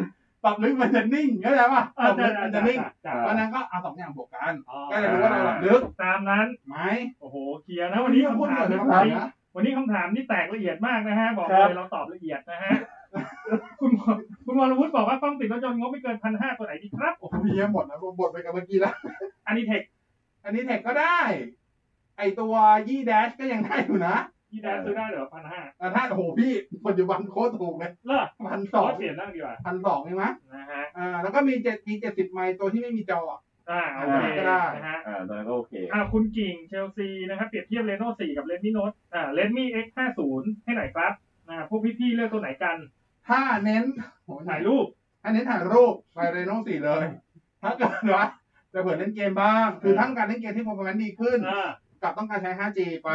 [SPEAKER 4] หลับลึกมันจะนิ่งเข้าใจป่ะหลับลึกมันจะนิ่ง
[SPEAKER 3] จ้ะ
[SPEAKER 4] เพราะฉะนั้นก็เอาสองอย่างบวกกัน
[SPEAKER 3] อ๋อ
[SPEAKER 4] ก็จะรู้ว่าเราหลับลึก
[SPEAKER 3] ตามนั้น
[SPEAKER 4] ไหม
[SPEAKER 3] โอ้โหเคลียร์นะวันนี้
[SPEAKER 4] พูด
[SPEAKER 3] คำถา
[SPEAKER 4] เหนื่
[SPEAKER 3] ม
[SPEAKER 4] อยเลย
[SPEAKER 3] นะ
[SPEAKER 4] คำถามนะ
[SPEAKER 3] วันนี้คำถามนี่แตกละเอียดมากนะฮะ บอก
[SPEAKER 6] ครั
[SPEAKER 3] เล
[SPEAKER 6] บ
[SPEAKER 3] ยเราตอบละเอียดนะฮะ คุณหมอคุณวรวุฒิบอกว่ากล้องติดรถยนต์งบไม่เกินพันห้าตัวไหนดีครับ
[SPEAKER 4] โอ้โหเหี้ยหมดแล้วหมดไปกับเมื่อกี้แล้ว
[SPEAKER 3] อันนี้เทค
[SPEAKER 4] อันนี้แท็กก็ได้ ไอตัวยี่แดชก็ยังได้อยู่นะ
[SPEAKER 3] ที่แดนซื้อได้เหรอพันห้า
[SPEAKER 4] แต่ถ้าโอ้โหพี่ปัจจุบันโคตรถูกเลย
[SPEAKER 3] เลิก
[SPEAKER 4] พัน
[SPEAKER 3] ข
[SPEAKER 4] ส
[SPEAKER 3] อ
[SPEAKER 4] อง
[SPEAKER 3] เสียนนั่งดีกว่า
[SPEAKER 4] พันสองใช่ไหมย
[SPEAKER 3] นะฮะ
[SPEAKER 4] อ่า แล้วก็มีเจ็ดมีเจ็ดสิบไมล์ตัวที่ไม่มีจออ่ะ
[SPEAKER 3] อ่าโอเค
[SPEAKER 4] ก็ได้
[SPEAKER 3] นะฮะ
[SPEAKER 6] อ่าตอนนั้นก็โอเค
[SPEAKER 3] อ่าคุณกิ่งเชลซีนะครับเปรียบเทียบเรโน่สี่กับเรนมี่โนตอ่าเรนมี่ X ห้าศูนย์ให้หน่อยครับอ่าพวกพี่ๆเลือกตัวไหนกัน
[SPEAKER 4] ถ้าเน้นโห
[SPEAKER 3] ถ่ายรูป
[SPEAKER 4] อันนี้ถ่ายรูปไปเรโน่สี่เลยถ้าเกิดว่าจะเปิดเล่นเกมบ้าง คือทั้งการเล่นเกมที่พอร์แมนดีขึ้น
[SPEAKER 3] อ่า
[SPEAKER 4] กับต้องการใช้ 5G ไป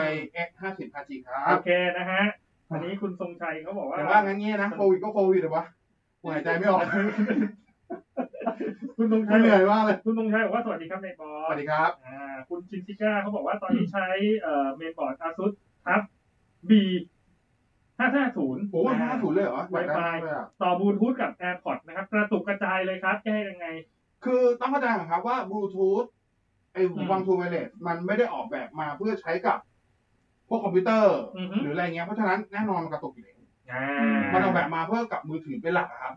[SPEAKER 4] X 50 5G ครั
[SPEAKER 3] โอบ เคนะฮะวันนี้คุณทรงชัยเขาบอกว่า
[SPEAKER 4] แต่ว่างั้นเงี้ยนะโควิดก็โควิดหรอวะกูหายใจไม่ออก
[SPEAKER 3] คุณทรงชั
[SPEAKER 4] กู
[SPEAKER 3] ย
[SPEAKER 4] เหนื่อยมากเลย
[SPEAKER 3] คุณทรงชัยบอกว่าสวัสดีครับในบอ
[SPEAKER 4] สวั
[SPEAKER 3] ส
[SPEAKER 4] สดีครับ
[SPEAKER 3] อ่าคุณชินชิก้าเขาบอกว่าตอนนี้ใช้เอ่อเมนบอร์ดอาซุสครับ B ห้าห้าศูนย์
[SPEAKER 4] โอ้ย50เลยเหรอ
[SPEAKER 3] Wi-Fi ต่อบลูทูธกับ AirPods นะครับ กระตุกกระจายเลยครับจะให้ยังไง
[SPEAKER 4] คือต้องเข้าใจก่อนครับว่าบลูทูธไอ้หูฟังทูไวเลสมันไม่ได้ออกแบบมาเพื่อใช้กับ พวกคอมพิวเตอร์
[SPEAKER 3] อือฮึ
[SPEAKER 4] หรืออะไรเงี้ย เพราะฉะนั้นแน่นอนมันกระตุกอยู่แล้ว
[SPEAKER 3] อ่า
[SPEAKER 4] มันออกแบบมาเพื่อกับมือถือเป็นหลักอะครับ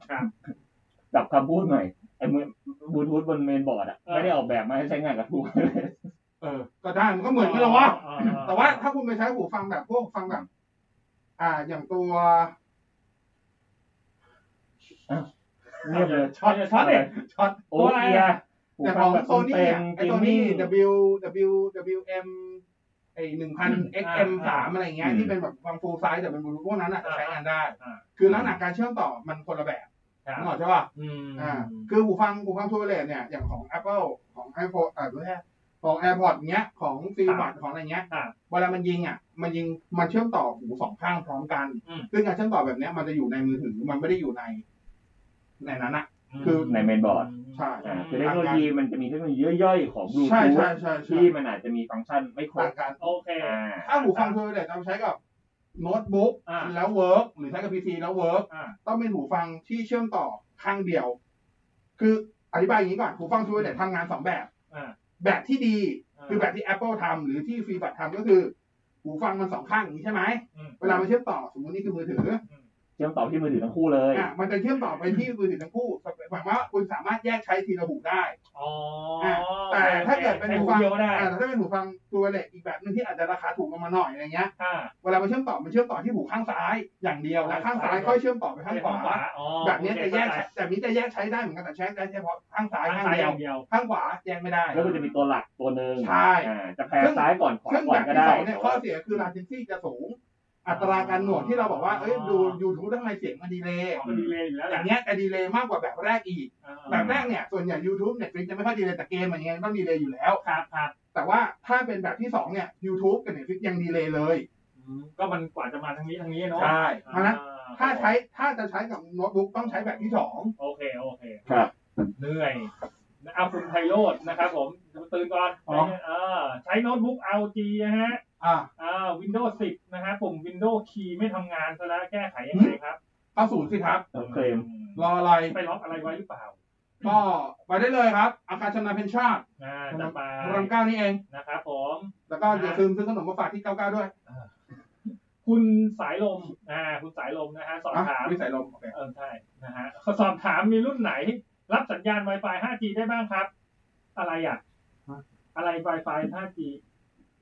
[SPEAKER 6] จับคำพูดหน่อยไอ้มือบลูทูธบนเมนบอร์ดอ่ะ
[SPEAKER 3] เออ
[SPEAKER 6] ไม่ได้ออกแบบมาให้ใช้งานกับทูกเลย
[SPEAKER 4] เออ ก็ได้มันก็เหมือนกันแล้ววะ
[SPEAKER 3] อ่
[SPEAKER 4] แต่ว่าถ้าคุณไปใช้หูฟังแบบพวกฟังแบบอ่า อย่างตัว
[SPEAKER 6] เงียบเลย
[SPEAKER 3] ช็อตช็อตเด็ก
[SPEAKER 4] ช็อต
[SPEAKER 6] โอ้ยเอียหู
[SPEAKER 4] แต่ข
[SPEAKER 6] ฟั
[SPEAKER 4] อง ง
[SPEAKER 6] แบบ
[SPEAKER 4] โซนี่
[SPEAKER 6] ม
[SPEAKER 4] ไอตัวนี้
[SPEAKER 6] เต็ม
[SPEAKER 4] W W W M ไอหนึ่งพัน X M สามอะไรเงี้ย
[SPEAKER 6] อืม
[SPEAKER 4] ที่เป็นแบบฟังฟูลไซส์แต่เป็นบลูทูธพวกนั้นอ่ะจะใช้งานได้
[SPEAKER 3] อ่า
[SPEAKER 4] คือลักษณะการเชื่อมต่อมันคนละแบบ
[SPEAKER 3] ครับ
[SPEAKER 4] นึกออกใช่ป่ะ
[SPEAKER 3] อืม
[SPEAKER 4] อ่า คือหูฟังหูฟังทูเลสเนี่ยอย่างของ Apple ของ iPhone อ่าไม่ใช่ของ AirPods เงี้ยของซีบัตของอะไรเงี้ย
[SPEAKER 3] อ่า
[SPEAKER 4] เวลามันยิงอ่ะ มันยิง มันเชื่อมต่อหูสองข้างพร้อมกัน
[SPEAKER 3] อืม
[SPEAKER 4] ซึ่งการเชื่อมต่อแบบเนี้ยมันจะอยู่ในมือถือ มันไม่ได้อยู่ใน ในนั้นอ่ะ คือ
[SPEAKER 6] ในเมนบอร์ด
[SPEAKER 4] ใช่
[SPEAKER 6] อ่าคือเทคโนโลยีมันจะมีเทคโนโลยีย่อยๆของบลู
[SPEAKER 4] ใช่
[SPEAKER 6] ทูธ
[SPEAKER 4] ใช่ใช่ใช่
[SPEAKER 6] ที่มันอาจจะมีฟังก์ชันไม่คร
[SPEAKER 4] ต่า
[SPEAKER 6] บ
[SPEAKER 4] งกัน
[SPEAKER 3] โอเค
[SPEAKER 6] อ่า
[SPEAKER 4] ถ้าหูฟังคือเดี๋ยวจะเอาไปใช้กับโน้ตบุ๊ก
[SPEAKER 3] อ่า
[SPEAKER 4] แล้วเวิร์กหรือใช้กับพีซีแล้วเวิร์ก
[SPEAKER 3] อ่า
[SPEAKER 4] ต้องเป็นหูฟังที่เชื่อมต่อข้างเดียว คืออธิบายอย่างนี้ก่อน หูฟังทูเนี่ยทำงานสองแบบ
[SPEAKER 3] อ่า
[SPEAKER 4] แบบที่ดี
[SPEAKER 3] อ่า
[SPEAKER 4] คือแบบที่ Apple ทำหรือที่ฟีบัตทำก็คือ หูฟังมันสองข้างอย่างนี้ใช่ไหม
[SPEAKER 3] อืม
[SPEAKER 4] เวลามันเชื่อมต่อสมมตินี่คือมือถือ
[SPEAKER 6] เชื่อมต่อที่มือถือทั้งคู่เลย
[SPEAKER 4] อ่ะมันจะเชื่อมต่อไปที่มือถือทั้งคู่หมายความว่าคุณสามารถแยกใช้ทีละหูได้
[SPEAKER 3] อ๋อ
[SPEAKER 4] แต่ถ้าเกิดเป็น
[SPEAKER 3] ใช้
[SPEAKER 4] หู
[SPEAKER 3] หู
[SPEAKER 4] ฟัง
[SPEAKER 3] เดียวก็ได้
[SPEAKER 4] อ่ะแต่ถ้าเป็นหูฟังตัวเล็กอีกแบบหนึงที่อาจจะราคาถูกลงมาหน่อยอะไรเงี้ย
[SPEAKER 3] อ่า
[SPEAKER 4] เวลามันเชื่อมต่อ มันเชื่อมต่อที่หูข้างซ้ายอย่างเดียว
[SPEAKER 3] อ๋อ
[SPEAKER 4] และข้างซ้ายค่อยเชื่อมต่อไปข้างขวา
[SPEAKER 3] อ๋อ
[SPEAKER 4] แบบเนี้ยจะแยก
[SPEAKER 3] โอเค
[SPEAKER 4] ใช้แบบนี้จะแยกใช้ได้เหมือนกันแต่ใช้ได้เฉพาะข้างซ้าย
[SPEAKER 3] ข้าง
[SPEAKER 4] ข้าง
[SPEAKER 3] ซ้ายอย่า
[SPEAKER 4] เดียว
[SPEAKER 3] งเดียว
[SPEAKER 4] ข้างขวาแยกไม่ได้
[SPEAKER 6] แล้วมันจะมีตัวหลักตัวหนึ่ง
[SPEAKER 4] ใช่
[SPEAKER 6] อ่าจะแพ้ซ้ายก่อนขวา
[SPEAKER 4] ซึ่ง
[SPEAKER 6] ก่อ
[SPEAKER 4] แบบ
[SPEAKER 6] นก็
[SPEAKER 4] ที่
[SPEAKER 6] ได้
[SPEAKER 4] สองเนี่ยข้อเสียคือ latency จะสูง อัตราการหน่วงที่เราบอกว่าเอ้ยดู YouTube ทำไมเสียงมันดีเลย์
[SPEAKER 3] มันดีเลยอยู่แล้ว
[SPEAKER 4] อ
[SPEAKER 3] แหละ
[SPEAKER 4] ย่างเนี้ยจะดีเลย์มากกว่าแบบแรกอีก
[SPEAKER 3] อ่า
[SPEAKER 6] อืม
[SPEAKER 4] แบบแรกเนี่ยส่วนใหญ่ YouTube Netflix จะไม่ค่อยดีเลยแต่เกมอะไรเงี้ยต้องดีเลยอยู่แล้ว
[SPEAKER 3] ครับครับ
[SPEAKER 4] แต่ว่าถ้าเป็นแบบที่ 2 เนี่ย YouTube กับ Netflix ยังดีเลยเลย
[SPEAKER 3] อืมก็มันกว่าจะมาทางนี้ทางนี้เนาะ
[SPEAKER 4] เพราะฉะนั้น
[SPEAKER 3] อ่
[SPEAKER 4] ถ้าใช้ถ้าจะใช้กับโน้ตบุ๊กต้องใช้แบบที่ 2
[SPEAKER 3] โอเคโอเค
[SPEAKER 6] ครับ
[SPEAKER 3] เหนื่อยเอาคุณไพโรจน์นะครับผมตื่นก่อน
[SPEAKER 4] อ๋อ
[SPEAKER 3] เออใช้โน้ตบุ๊ก LG นะฮะ
[SPEAKER 4] อ่า
[SPEAKER 3] อ่า Windows 10 นะฮะปุ่ม Windows Key ไม่ทำงานซะแล้วแก้ไขยังไงครับ
[SPEAKER 4] เอาศูนย์สิครับ
[SPEAKER 6] โอเคม
[SPEAKER 4] รออะไร
[SPEAKER 3] ไปล็อกอะไรไว้หรือเปล่า
[SPEAKER 4] ก็ไปได้เลยครับ อาการชำนาญเพนชาติ
[SPEAKER 3] อ่าจะไป
[SPEAKER 4] พระรามเก้านี่เอง
[SPEAKER 3] นะครับผม
[SPEAKER 4] แล้วก็อย่าลืมซื้อขนมมาฝากที่เก้าเก้าด้วย
[SPEAKER 3] คุณสายลมอ่าคุณสายลมนะฮะสอบถาม
[SPEAKER 4] อ่ะมีสายลมโอเค
[SPEAKER 3] เออใช่นะฮะสอบถามมีรุ่นไหน รับสัญญาณ Wi-Fi 5G ได้บ้างครับ อะไรอ่ะ อะไร Wi-Fi 5G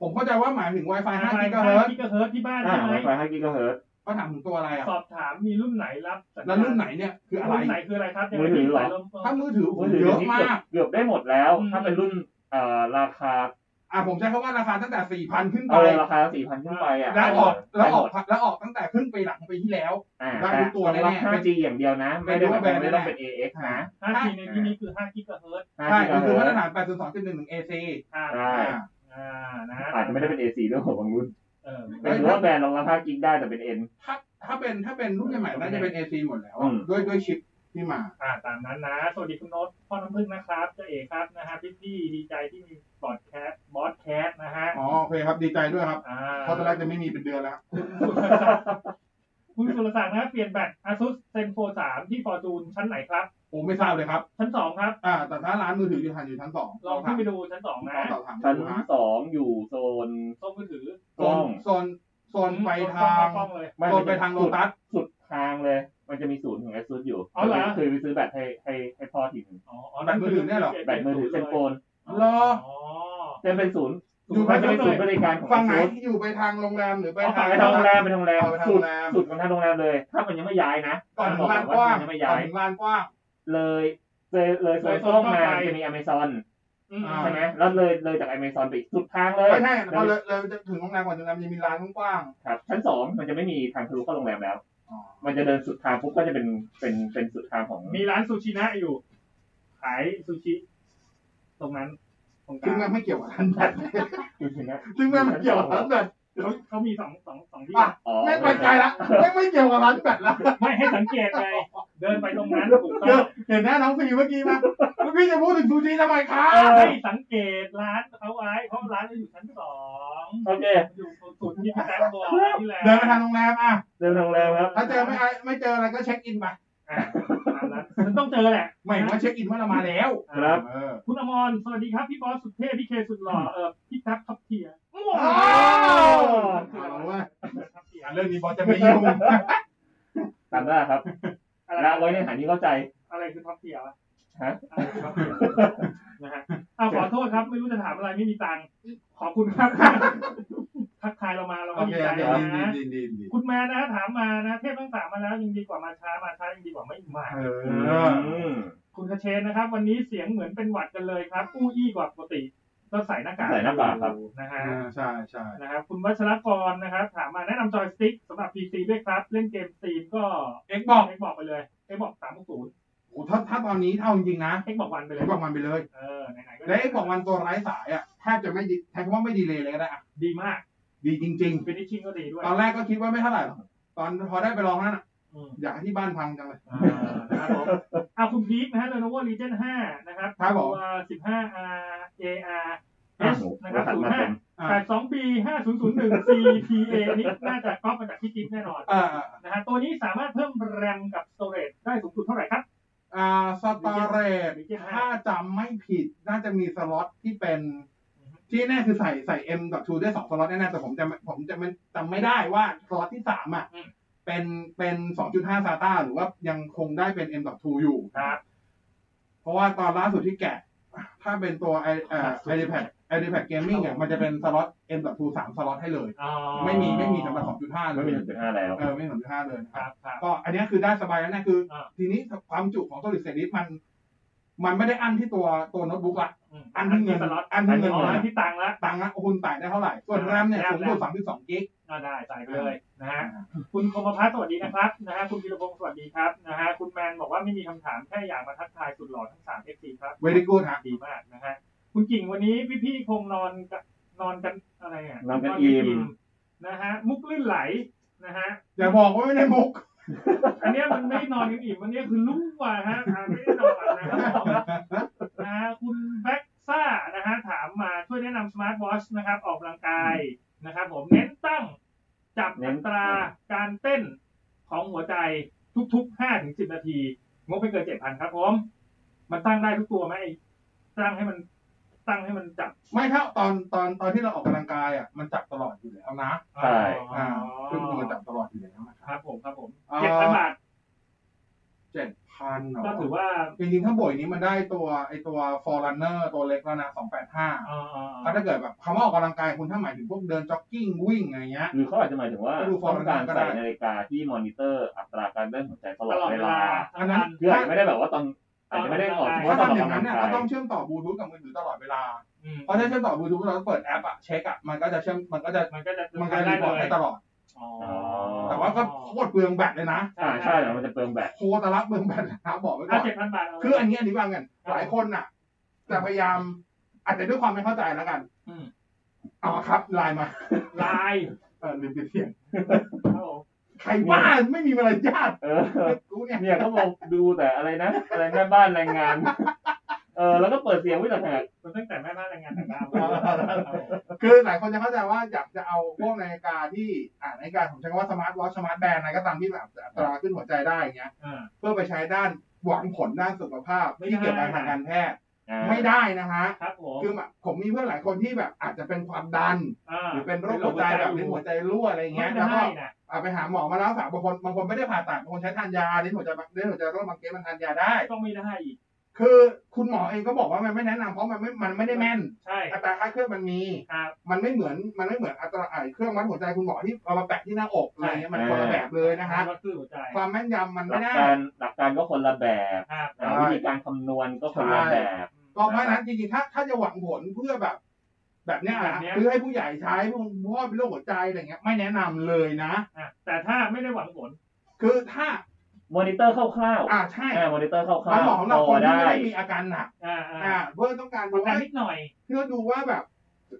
[SPEAKER 4] ผมเข้าใจว่าหมายถึง Wi-Fi 5
[SPEAKER 3] Wi-Fi
[SPEAKER 4] กิกะเฮิรตซ์
[SPEAKER 3] กิกะเฮิรตซ์ที่บ้าน
[SPEAKER 6] อ่า
[SPEAKER 3] ใช่ไหม
[SPEAKER 6] ไวไฟ5กิกะเฮิรตซ์
[SPEAKER 4] ก็ถามถึงตัวอะไรอ่ะ
[SPEAKER 3] สอบถามมีรุ่นไหนรับสัญญาณ
[SPEAKER 4] แล้วรุ่นไหนเนี่ยคืออะไร
[SPEAKER 3] รุ่นไหนคืออะไรครับ
[SPEAKER 6] มือถือเหรอ
[SPEAKER 4] ถ้ามือถือผม
[SPEAKER 6] มือถือ
[SPEAKER 4] เย
[SPEAKER 6] เดี๋ยว
[SPEAKER 4] อะ
[SPEAKER 6] นี้
[SPEAKER 4] มา
[SPEAKER 6] เกือบ
[SPEAKER 4] ก
[SPEAKER 6] เกือบได้หมดแล้ว
[SPEAKER 3] อืม
[SPEAKER 6] ถ้าเป็นรุ่นเอ่อราคา
[SPEAKER 4] อ่ะผมใช้คำว่าราคาตั้งแต่ 4,000 ขึ้นไป
[SPEAKER 6] เออราคาสี่พันขึ้นไปอ่ะ
[SPEAKER 4] แล้วออกแล้วออก
[SPEAKER 6] ได้หมด
[SPEAKER 4] แล้วออกตั้งแต่ครึ่งปีหลังปีที่แล้ว
[SPEAKER 6] อ่า
[SPEAKER 4] ได้ทุกตัว
[SPEAKER 6] แต่ต้องรับ
[SPEAKER 4] แน่ๆ
[SPEAKER 6] 5G อย่างเดียวนะ ไม่ได้หมายความว่าไม่ต้องเป็น AX นะ
[SPEAKER 3] 5G ในที่นี้คือ5กิกะเฮิรตซ์
[SPEAKER 6] 5
[SPEAKER 4] ใช่
[SPEAKER 6] กิ
[SPEAKER 4] มั
[SPEAKER 6] กะ
[SPEAKER 4] นคื
[SPEAKER 6] เฮิ
[SPEAKER 4] อ
[SPEAKER 6] ร
[SPEAKER 4] มา
[SPEAKER 6] ต
[SPEAKER 4] ตร
[SPEAKER 6] ซ์
[SPEAKER 4] ฐาน 802.1 AC
[SPEAKER 3] อ่า
[SPEAKER 6] ใช่
[SPEAKER 4] อ่า
[SPEAKER 3] อ่านะ
[SPEAKER 6] อาจจะไม่ได้เป็น AC ด้วยของบางรุ่น
[SPEAKER 3] เออ
[SPEAKER 6] แต่ถือว่าแบรนด์รองรับ5กิกได้แต่เป็น N
[SPEAKER 4] ถ้าถ้าเป็นถ้าเป็นรุ่นใหม่ๆน่าจะเป็น AC หมดแล้ว
[SPEAKER 6] อื
[SPEAKER 4] อะ
[SPEAKER 6] ม
[SPEAKER 4] ด้วยด้วยชิปที่มา
[SPEAKER 3] อ่าตามนั้นนะ สวัสดีคุณโน้ตพ่อน้ำพึ่งนะครับเจ้าเอกครับนะฮะพี่พี่ดีใจที่มีบอดแคสบอดแคสนะฮะ
[SPEAKER 4] อ๋อโอเคครับดีใจด้วยครับ
[SPEAKER 3] อ่า
[SPEAKER 4] เพราะตอนแรกจะไม่มีเป็นเดือนแล้ว
[SPEAKER 3] คุณสุรศักดิ์นะเปลี่ยนแบต ASUS ZenFone 3 ที่ Fortune ชั้นไหนครับ
[SPEAKER 4] โอ้ไม่ทราบเลยครับ
[SPEAKER 3] ชั้น 2 ครับ
[SPEAKER 4] อ่า แต่ถ้าร้านมือถืออยู่ทางอยู่ชั้นสอง
[SPEAKER 3] ลองขึ้นไปดูชั้น 2
[SPEAKER 4] ล
[SPEAKER 3] นะ
[SPEAKER 4] องสอบถาม
[SPEAKER 6] ชั้น
[SPEAKER 4] ดูฮะ
[SPEAKER 6] สองอยู่โซน
[SPEAKER 3] ส้มมือถือก
[SPEAKER 4] โซ
[SPEAKER 6] ล้อน ง
[SPEAKER 4] โซนโซนไปทาง
[SPEAKER 3] กล้องเลย
[SPEAKER 6] ม่
[SPEAKER 4] โซนไปทางโลตัส
[SPEAKER 6] สุดทางเลย มันจะมีศูนย์ของ ASUS อยู่
[SPEAKER 3] อ๋อเหรอ
[SPEAKER 6] เคยไปซื้อแบตให้ให้ให้พ่อทีหนึง
[SPEAKER 3] อ๋อ
[SPEAKER 4] แบตมือถือเนี่ยเหรอ
[SPEAKER 6] แบตมือถือเซนโฟน
[SPEAKER 4] เหรอ
[SPEAKER 3] อ๋อ
[SPEAKER 6] เซนเป็นศูนย์
[SPEAKER 4] อยู่
[SPEAKER 6] มันจะเป็นศูนย์บริการของ
[SPEAKER 4] ฝั่งไหน
[SPEAKER 6] ASUS
[SPEAKER 4] อยู่ไปทางโรงแรมหรือไป
[SPEAKER 3] อ๋อ
[SPEAKER 4] ทาง
[SPEAKER 6] ไปทางโรงแรมไปทางโรงแรม
[SPEAKER 4] เอาไปทาง
[SPEAKER 6] สุ
[SPEAKER 4] โรง
[SPEAKER 6] ด
[SPEAKER 4] แรม
[SPEAKER 6] สุดของทางโรงแรมเลย ถ้ามันยังไม่ย้ายนะ
[SPEAKER 4] ก่อนถึ
[SPEAKER 6] บอง ก
[SPEAKER 4] ลาน
[SPEAKER 6] ว่าก
[SPEAKER 4] ว้าง
[SPEAKER 6] ยังไม่
[SPEAKER 4] ก่อ
[SPEAKER 6] ย้าน ย
[SPEAKER 4] ถึงลานกว้าง
[SPEAKER 6] เลยเลยเลยโซน
[SPEAKER 3] เลยโซน
[SPEAKER 6] ส้ม
[SPEAKER 3] เข้า
[SPEAKER 6] มา
[SPEAKER 3] ไป
[SPEAKER 6] จะมีอเมซอน
[SPEAKER 3] อืม
[SPEAKER 4] อ่า
[SPEAKER 6] ใช่ไหมแล้วเลยเลยจากอเมซอนไปอีกสุดทางเลย
[SPEAKER 4] ไม่ใช่พอเลยเลยจะถึงโรงแรมก่อนถึงโรงแรมจะมีลานกว้าง
[SPEAKER 6] ครับชั้นสองมันจะไม่มีทางทะลุเข้าโรงแรมแล้ว
[SPEAKER 4] อ๋อ
[SPEAKER 6] มันจะเดินสุดทางปุ๊บก็จะเป็นเป็นเป็นสุดทางของ
[SPEAKER 3] มีร้านซูชินะอยู่ ขายซูชิ ตรงนั้น ตรงก
[SPEAKER 4] ๆซึ่งแม่
[SPEAKER 3] ลางง
[SPEAKER 4] ไม่เกี่ยวกับร้านแบตซึ่
[SPEAKER 6] ซึ่
[SPEAKER 4] ง
[SPEAKER 6] ง
[SPEAKER 4] แม่
[SPEAKER 6] แม่
[SPEAKER 4] งไม่
[SPEAKER 6] ไม่
[SPEAKER 4] เกี่
[SPEAKER 6] เกี่
[SPEAKER 4] ย
[SPEAKER 6] ยว ว
[SPEAKER 4] กับร้านแบต
[SPEAKER 3] เขาเขามีสองสองสองที่
[SPEAKER 4] อ่ะ
[SPEAKER 6] แม่
[SPEAKER 4] แม่ง
[SPEAKER 6] ง
[SPEAKER 4] ไปไก
[SPEAKER 6] ไปไก
[SPEAKER 4] ล
[SPEAKER 6] ล
[SPEAKER 4] ละ
[SPEAKER 6] ละ
[SPEAKER 4] แม่งไม่เกี่ยวกับร้านแบตละ
[SPEAKER 3] ไม่ให้สังเกตไงเดินไปตรงนั้นถูกต้
[SPEAKER 4] เดี๋
[SPEAKER 3] อย ง
[SPEAKER 4] วเห็นหน้าน้องฟีเมื่อกี้มาแล้วพี่จะพูดถึงซูชิทำไมครับ
[SPEAKER 3] ให้สังเกตร้านเขาไว้เพราะร้านเขาอยู่ชั้นสอง
[SPEAKER 6] โอเค
[SPEAKER 3] อยู่ศูนย์ที่พี่แตงบอกนี่แหละ
[SPEAKER 4] เดินไปทางโรงแรมอ่ะ
[SPEAKER 6] เดินทางแรมครับ
[SPEAKER 4] ถ้าเจอไม่ไม่เจออะไรก็เช็คอินไป
[SPEAKER 3] อ่ะตามนั้นมันต้องเจอแหละ
[SPEAKER 4] ไม่ว่าเช็คอินว่าเรามาแล้ว
[SPEAKER 6] ครับ
[SPEAKER 4] เออ
[SPEAKER 3] คุณอมรสวัสดีครับ พี่บอสสุดเท่พี่เคสุดหล่อเออพี่ทักทับเทียมั่ว
[SPEAKER 4] อ้าว เอาว่า
[SPEAKER 3] ทับเทีย
[SPEAKER 4] เรื่องนี้บอสจะไม่ยุ่ง
[SPEAKER 6] ตามได้ครับ
[SPEAKER 3] อะไร
[SPEAKER 6] ละไว้ในฐานที่เข้าใจ
[SPEAKER 3] อะไรคือทับเทียวะ
[SPEAKER 6] ฮะ
[SPEAKER 3] อะไรคือทับเทียนะฮะอ้าวขอโทษครับ ไม่รู้จะถามอะไรไม่มีตังค์ขอบคุณครับ ทักทายเรามาเรา
[SPEAKER 4] โอ
[SPEAKER 3] ก็
[SPEAKER 4] เค
[SPEAKER 3] ดีใจ
[SPEAKER 4] ดี
[SPEAKER 3] นะ
[SPEAKER 4] ดีดีดี
[SPEAKER 3] คุณแม่นะถามมานะ เทพทั้งสามมาแล้วยังดีกว่ามาช้ามาช้ายังดีกว่าไม่มา
[SPEAKER 4] เออ
[SPEAKER 6] อืม
[SPEAKER 3] คุณคเชนนะครับ วันนี้เสียงเหมือนเป็นหวัดกันเลยครับอู้อี้กว่าปกติก็ใส่หน้ากาก
[SPEAKER 6] ใส่หน้ากากครับ
[SPEAKER 3] นะฮะ
[SPEAKER 4] อ่าใช่ใช่
[SPEAKER 3] นะครับคุณวัชรกรนะครับ ถามมาแนะนำจอยสติ๊กสำหรับ PC ด้วยครับ เล่นเกมสตรีมก็
[SPEAKER 4] เอ็กบอก
[SPEAKER 3] Xbox บอกไปเลย Xbox 3 6 0
[SPEAKER 4] โอ้ถ้าถ้าตอนนี้เท่าจริงๆนะ
[SPEAKER 3] Xbox วันไปเล
[SPEAKER 4] เอ็
[SPEAKER 3] ย
[SPEAKER 4] กบอกมันไปเลย
[SPEAKER 3] เออไหนๆก็
[SPEAKER 4] และเอ็กบอกมันตัวไร้สายอ่ะแทบจะไม่ดีแทบว่าไม่ดีเลยเลยก็ได้อะ
[SPEAKER 3] ดีมาก
[SPEAKER 4] ดีจริง
[SPEAKER 3] ฟินิชชิ่งก็ดีด้วย
[SPEAKER 4] ๆ ตอนแรกก็คิดว่าไม่เท่าไหร่หรอกตอนพอได้ไปลองนั่นอะ
[SPEAKER 3] อืม
[SPEAKER 4] อยากให้ที่บ้านพังจังเลย
[SPEAKER 3] อ่านะครับผมอ่ะคุณพีคนะฮะ Lenovo Legion 5 นะครับ
[SPEAKER 4] ครับผม
[SPEAKER 3] ตัว 15R AR
[SPEAKER 6] อ่ะ
[SPEAKER 3] S นะครับ
[SPEAKER 6] ถัดมาเต็ม
[SPEAKER 4] อ่า
[SPEAKER 3] 05 82B 5001 CTA นี่น่าจะก๊อปมาจากพี่จิ๊บแน่นอน
[SPEAKER 4] อ่า
[SPEAKER 3] นะฮะตัวนี้สามารถเพิ่มแรมกับสโตรจได้สูงสุดเท่าไหร่ครับ
[SPEAKER 4] อ่าสตอเรจ
[SPEAKER 3] Legion
[SPEAKER 4] ถ้าจำไม่ผิดน่าจะมีสล็อตที่เป็น ที่แน่คือใส่ใส่ M กับ True ได้สองสล็อตแน่ๆแต่ผมจะผมจะไม่จำไม่ได้ว่าสล็อตที่สามอ่ะ
[SPEAKER 3] อืม
[SPEAKER 4] เป็นเป็นสองจุดห้าซาต้าหรือว่ายังคงได้เป็น M กับ True อยู่
[SPEAKER 3] ครับ
[SPEAKER 4] เพราะว่าตอนล่าสุดที่แกะ ถ้าเป็นตัวไอเอ่อ iPad iPad Gaming อ่ะมันจะเป็นสล็อต M กับ True สามสล็อตให้เลย
[SPEAKER 3] อ๋อ
[SPEAKER 4] ไม่มีไม่มีสำหรับสองจุดห้าเล
[SPEAKER 6] ไม่
[SPEAKER 4] ย
[SPEAKER 6] มีถึงจุดห้าแล้ว
[SPEAKER 4] เออไม่มีสองจุดห้าเลยนะ
[SPEAKER 3] ค
[SPEAKER 4] ครั
[SPEAKER 3] รั
[SPEAKER 4] บบ
[SPEAKER 3] ครับ
[SPEAKER 4] ก็อันเนี้ยคือได้สบายแล้วนะคือ
[SPEAKER 3] อ่า
[SPEAKER 4] ทีนี้ความจุของ Solid State Disk มัน มันไม่ได้อั้นที่ตัวตัวโน้ตบุ๊กละ
[SPEAKER 3] ม
[SPEAKER 4] อันที่เงิน
[SPEAKER 3] สล็อต
[SPEAKER 4] อันที่เงิน
[SPEAKER 3] อ๋อ
[SPEAKER 4] นะ
[SPEAKER 3] อันที่ตังค์ละ
[SPEAKER 4] ตังค์นะคุณต่ายได้เท่าไหร่ ส่วนแรมเนี่ย
[SPEAKER 3] แร
[SPEAKER 4] สู
[SPEAKER 3] ม
[SPEAKER 4] งสุ
[SPEAKER 3] แร
[SPEAKER 4] ด
[SPEAKER 3] ม
[SPEAKER 4] สามสิบสองกิก
[SPEAKER 3] อ่าได้ใส่ไปเลยนะฮะคุณคมพัฒน์สวัสดีนะครับนะฮะคุณกิรพงศ์สวัสดีครับนะฮะคุณแมนบอกว่าไม่มีคำถามแค่อยากมาทักทายสุดหล่อทั้งสามเอฟซีครับ
[SPEAKER 4] Very good ฮะ
[SPEAKER 3] ดีมากนะฮะคุณกิ่งวันนี้พี่พี่ๆคงนอนกันนอนกันอะไรอ่ะ
[SPEAKER 6] นอนกันอิ่ม
[SPEAKER 3] นะฮะมุกลื่นไหลนะฮะ
[SPEAKER 4] อย่าบอกว่าไม่ได้มุก
[SPEAKER 3] อันเนี้ยมันไม่นอนกันอิ่มวันเนี้ยคือลุ่มว่ะฮะอ่าไม่ได้นอนนะครับ นะฮะคุณแบ็กซ่านะฮะถามมาช่วยแนะนำสมาร์ทวอชนะครับ ออกกำลังกายนะครับผมเน้นตั้งจับ
[SPEAKER 6] เน้
[SPEAKER 3] อั
[SPEAKER 6] น
[SPEAKER 3] ตราการเต้นของหัวใจทุกๆ 5 ถึง 10 นาทีงบไม่เกิน 7,000 ครับผม มันตั้งได้ทุกตัวไหมไอ้ตั้งให้มันตั้งให้มันจับ
[SPEAKER 4] ไม่ถ้าตอนตอนตอนที่เราออกกำลังกายอ่ะมันจับตลอดอยู่แล้วนะ
[SPEAKER 6] ใช่
[SPEAKER 3] อ๋อ
[SPEAKER 4] อ่าซึ่งมันจับตลอดอยู่แล้วนะครับ
[SPEAKER 3] ผมครับผม
[SPEAKER 4] อ่า
[SPEAKER 3] เจ็ดพันบาท
[SPEAKER 4] เจ็ดพันเหรอ
[SPEAKER 3] ก็ถือว่า
[SPEAKER 4] จริงๆถ้าบ่อยนี้มันได้ตัวไอตัว Forerunner ตัวเล็กแล้วนะสองแปดห้า
[SPEAKER 3] อ่
[SPEAKER 4] ก็
[SPEAKER 3] า
[SPEAKER 4] ถ้าเกิดแบบคำว่าออกกำลังกายคุณถ้าหมายถึงพวกเดินจ็อกกิ้งวิ่งอะไรเงี้ย
[SPEAKER 6] หรือเขาอาจจะหมายถึงว่า
[SPEAKER 4] ก็ดูฟอร์
[SPEAKER 6] ต้
[SPEAKER 4] ม
[SPEAKER 6] องการ
[SPEAKER 4] ก็ได้
[SPEAKER 6] ใส่นาฬิกาที่มอนิเตอร์อัตราการเต้นหัวใจตล
[SPEAKER 3] ต
[SPEAKER 6] อด
[SPEAKER 3] ลอด
[SPEAKER 6] เว
[SPEAKER 3] เว
[SPEAKER 6] ลา
[SPEAKER 3] ลา
[SPEAKER 4] อันนั้น
[SPEAKER 6] คืออาจจะไม่ได้แบบว่าตอนอาจจะไม่ได้ออก
[SPEAKER 4] ถ้า
[SPEAKER 6] ว่าตอน
[SPEAKER 4] ทำ
[SPEAKER 6] ออ
[SPEAKER 4] อก ย่าง
[SPEAKER 6] กำลั
[SPEAKER 4] นั้น
[SPEAKER 6] ง
[SPEAKER 4] เนี่ย
[SPEAKER 6] กา
[SPEAKER 4] ก็
[SPEAKER 6] ย
[SPEAKER 4] ต้องเชื่อมต่อบลูทูธกับมือถือตลอดเวลา
[SPEAKER 3] อืม
[SPEAKER 4] เพราะถ้าเชื่อมต่อบลูทูธแล้วเปิดแอปอะเช็คอะมันก็จะเชื่อมมันก็จะ
[SPEAKER 3] มันก็จะ
[SPEAKER 4] มันก็จะ
[SPEAKER 3] ได้
[SPEAKER 4] รีพ
[SPEAKER 3] เล
[SPEAKER 4] อร์ต
[SPEAKER 3] ย
[SPEAKER 4] ให้ตลอด
[SPEAKER 3] อ๋อ
[SPEAKER 4] แต่ว่าก็โคตรเปลืองแบตเลยนะ
[SPEAKER 6] อ่าใช่แล้วมันจะเปลืองแบต
[SPEAKER 4] โคตรละเปลืองแบตนะครับบอกไว้ก่
[SPEAKER 3] ถ้า
[SPEAKER 4] อน
[SPEAKER 3] เจ็ดพันบาทเา
[SPEAKER 4] คืออันนี้อธิบายกันหลายคนอะจะพยายาม อาจจะด้วยความไม่เข้าใจแล้วกัน
[SPEAKER 3] อืม
[SPEAKER 4] เอามาครับไลน์มา
[SPEAKER 3] ลาย
[SPEAKER 4] เออลืมปิดเสียง
[SPEAKER 3] ครับผม
[SPEAKER 4] ใครว่าไม่มีมารยาท
[SPEAKER 6] เออ
[SPEAKER 4] กูเนี่ย
[SPEAKER 6] เนี่ยเขาบอกดูแต่อะไรนะ อะไรแม่บ้านแรงงาน เออแล้วก็เปิดเสียงไว้ต่างหาก
[SPEAKER 3] มันตั้งแต่แม่บ้านแรงงานต่างดาว
[SPEAKER 4] คือหลายคนจะเข้าใจว่าอยากจะเอาพวกนาฬิกาที่อ่านาฬิกาผมใช้คำว่าสมาร์ทวอทชสมาร์ทแบนด์อะไรก็ตามที่แบบอัตราขึ้นหัวใจได้อย่างเงี้ย
[SPEAKER 3] อ่า
[SPEAKER 4] เพื่อไปใช้ด้านหวังผลด้านสุขภาพ
[SPEAKER 3] ไม่
[SPEAKER 4] ที่เกี่ยวกับทางการแพทย์
[SPEAKER 6] อ่า
[SPEAKER 4] ไม่ได้นะฮะ
[SPEAKER 3] ครับผม
[SPEAKER 4] คือแบบผมมีเพื่อนหลายคนที่แบบอาจจะเป็นความดัน
[SPEAKER 3] อ่า
[SPEAKER 4] หรือเป็นโรคหัวใจแบบลิ้นหัวใจรั่วอะไรอย่าง
[SPEAKER 3] ไม่
[SPEAKER 4] เงี้ยแล้ว
[SPEAKER 3] ได้
[SPEAKER 4] ก็
[SPEAKER 3] นะ
[SPEAKER 4] เอาไปหาหมอมาแล้วสามบางคนบางคนไม่ได้ผ่าตัดบางคนใช้ทานยาลิ้นหัวใจลิ้นหัวใจรั่วบางเคสมันทานยาได้
[SPEAKER 3] ต้องไม่ได้อีก
[SPEAKER 4] คือคุณหมอเองก็บอกว่ามันไม่แนะนำเพราะมันไม่มันไม่ได้แม่น
[SPEAKER 3] ใช่ค
[SPEAKER 4] อัตราค่าเครื่องมันมี
[SPEAKER 3] รับ
[SPEAKER 4] มันไม่เหมือนมันไม่เหมือนอัตราไอ้เครื่องวัดหัวใจคุณหมอที่เอามาแปะที่หน้าอกอะไรเงี้ยมันคนละแบบเลยนะฮะ
[SPEAKER 3] วัดคลื่นหัวใจ
[SPEAKER 4] ความแม่นยำมัน
[SPEAKER 6] หลั
[SPEAKER 4] ไม่
[SPEAKER 6] ก
[SPEAKER 4] ได้
[SPEAKER 6] การหลักการก็คนละแบบ
[SPEAKER 3] ครับ
[SPEAKER 6] อ่าวิธีการคำนวณก็คนละแบบ
[SPEAKER 4] ก็เพราะฉะนั้นจริงๆ ถ้าถ้าจะหวังผลเพื่อแบบ แบบเนี้ยนะคือให้ผู้ใหญ่ใช้พวกพ่อเป็นโรคหัวใจอะไรเงี้ยไม่แนะนำเลยนะ
[SPEAKER 3] อ่ะแต่ถ้าไม่ได้หวังผล
[SPEAKER 4] คือถ้าม
[SPEAKER 6] อนิเตอร์คร่าวๆ
[SPEAKER 4] อ่าใช่
[SPEAKER 6] อ่ามอนิเตอร์คร่าว
[SPEAKER 4] มันเหมาะสำหรับ
[SPEAKER 6] ๆพ
[SPEAKER 4] ค
[SPEAKER 6] อน
[SPEAKER 4] ที่
[SPEAKER 6] ได้
[SPEAKER 4] ไม่ได้มีอาการหนัก
[SPEAKER 3] อ่า
[SPEAKER 4] อ่า
[SPEAKER 3] อ่า
[SPEAKER 4] เพื่อต้องการ
[SPEAKER 3] ป
[SPEAKER 4] ดู
[SPEAKER 3] ระกัน
[SPEAKER 4] ว่า
[SPEAKER 3] นิดหน่อย
[SPEAKER 4] เพื่อดูว่าแบบ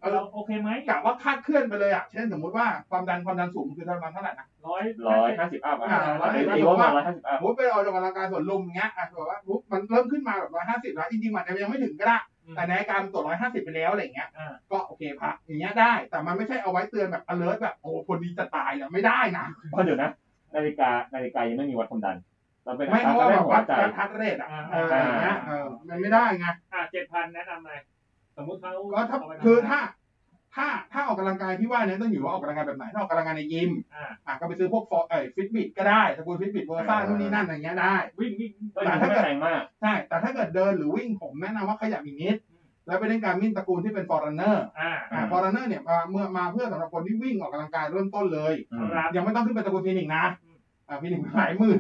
[SPEAKER 4] เออ
[SPEAKER 3] เราโอเคไหม
[SPEAKER 4] กะว่าคาดเคลื่อนไปเลยอ่ะเช่นสมมุติว่าความดันความดันสูงคือประมาณเท่าไหร่นะ
[SPEAKER 3] ร้อย
[SPEAKER 6] ร้อยห้าสิบอัพอ่ะ
[SPEAKER 4] อ่าร้อยห้าสิบ
[SPEAKER 6] ตีว่าร้อยห้าสิบอั
[SPEAKER 4] ส
[SPEAKER 6] พ
[SPEAKER 4] มมติไปออกกำลังกายส่วนลุมเงี้ยอ่ะแบบว่าปุ๊บมันเริ่มขึ้นมาแบบร้อยห้าสิบแล้วจริงๆมันยังไม่ถึงก็ได้ แต่ในอาการตรวจร้อยห้าสิบไปแล้วอะไรเงี้ย
[SPEAKER 3] อ่า
[SPEAKER 4] ก็โอเคพระอย่างเงี้ยได้ แต่มันไม่ใช่เอาไว้เตือนแบบ alert แบบโอ้คนดีจะตายอ่ะไม่ได้นะ
[SPEAKER 6] เพราะเดี๋ยวนะ นาฬิกานาฬิกายังไม่มีวัดความดัน เราเป็น
[SPEAKER 4] ไม่
[SPEAKER 6] อั
[SPEAKER 4] เพ
[SPEAKER 6] ต
[SPEAKER 4] ราะว่าแบ
[SPEAKER 6] ราแรก
[SPEAKER 4] บ
[SPEAKER 6] หั
[SPEAKER 4] วั
[SPEAKER 6] ว
[SPEAKER 4] ด
[SPEAKER 6] ใจ
[SPEAKER 4] วัดทัดเรทอ่ะเอออย่างเงี้ยเออมันไม่ได้ไง
[SPEAKER 3] อ่าเจ็ดพันแนะนำอะไร สมมติเขา
[SPEAKER 4] ก็ถ้า
[SPEAKER 3] เไปทำ
[SPEAKER 4] คือถ้า ถ้าถ้าออกกำลังกายพี่ว่าเนี่ยต้องอยู่ว่าออกกำลังกายแบบไหนถ้าออกกำลังกายในยิม
[SPEAKER 3] อ่า
[SPEAKER 4] อ่ะก็ไปซื้อพวกฟอเอ้ฟิตบิตก็ได้สกุลฟิตบิตโวซ่า
[SPEAKER 6] อ่า
[SPEAKER 4] นู่นนี่นั่นอะไรเงี้ยได้
[SPEAKER 3] วิ่งวิ่งวิ่ง
[SPEAKER 6] ก็ยังไม่แรงมาก
[SPEAKER 4] ใช่แต่ถ้าเกิดเดินหรือวิ่งผมแนะนำว่าขยับอีกนิด แล้วไปเล่นการมินตระกูลที่เป็นฟอร์เนอร์
[SPEAKER 3] อ่า
[SPEAKER 4] อ่า
[SPEAKER 6] อืม
[SPEAKER 4] ฟอร์เนอร์เนี่ยมาเมื่อมาเพื่อสำหรับคนที่วิ่งออกกำลังกายเริ่มต้นเลย
[SPEAKER 6] อืม
[SPEAKER 3] ครับ
[SPEAKER 4] ยังไม่ต้องขึ้นไปตระกูลฟินิกส์นะ
[SPEAKER 3] อืม
[SPEAKER 4] อ่าฟินิกส์หลายหมื่น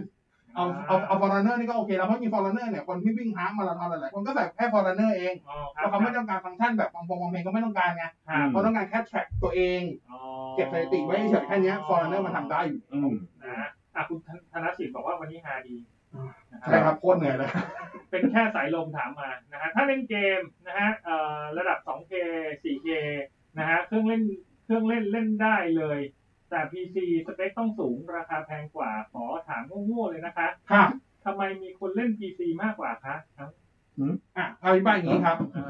[SPEAKER 4] เอาเอา
[SPEAKER 3] อ่
[SPEAKER 4] เอาฟอร์เนอร์นี่ก็โอเคแล้วเพราะมีฟอร์เนอร์เนี่ยคนที่วิ่งฮาล์ฟมาราธอนหลายๆคนก็ใส่แค่ฟอร์เนอร์เอง
[SPEAKER 3] อ๋อค
[SPEAKER 4] เพ
[SPEAKER 3] รับ
[SPEAKER 4] ราะเขาไม่ต้องการฟังก์ชันแบบฟังพงฟังเพลงก็ไม่ต้องการไง
[SPEAKER 3] ครับ
[SPEAKER 4] เขาต้องการแค่ track ตัวเอง
[SPEAKER 3] อ๋อ
[SPEAKER 4] เก็บสถิติไว้เฉยๆแค่เนี้ฟอร์เนอร์มันทำได้อยู่
[SPEAKER 6] อืม
[SPEAKER 3] นะอ่ะคุณธนสิทธิ์บอกว่าวันนี้ฮาดีนะ
[SPEAKER 4] ใช่ครับโคตรเหนื่อยเลย
[SPEAKER 3] เป็นแค่สายลมถามมานะฮะถ้าเล่นเกมนะฮะเอ่อระดับ 2K 4K นะฮะเครื่องเล่นเครื่องเล่นเล่นได้เลย แต่ PC สเปคต้องสูงราคาแพงกว่าขอถามโง่ๆเลยนะคะ
[SPEAKER 4] ค่ะ
[SPEAKER 3] ทำไมมีคนเล่น PC มากกว่าคะเอ้า
[SPEAKER 4] อ่ะเอาอธิบายอย่างนี้ครับ
[SPEAKER 3] เอ่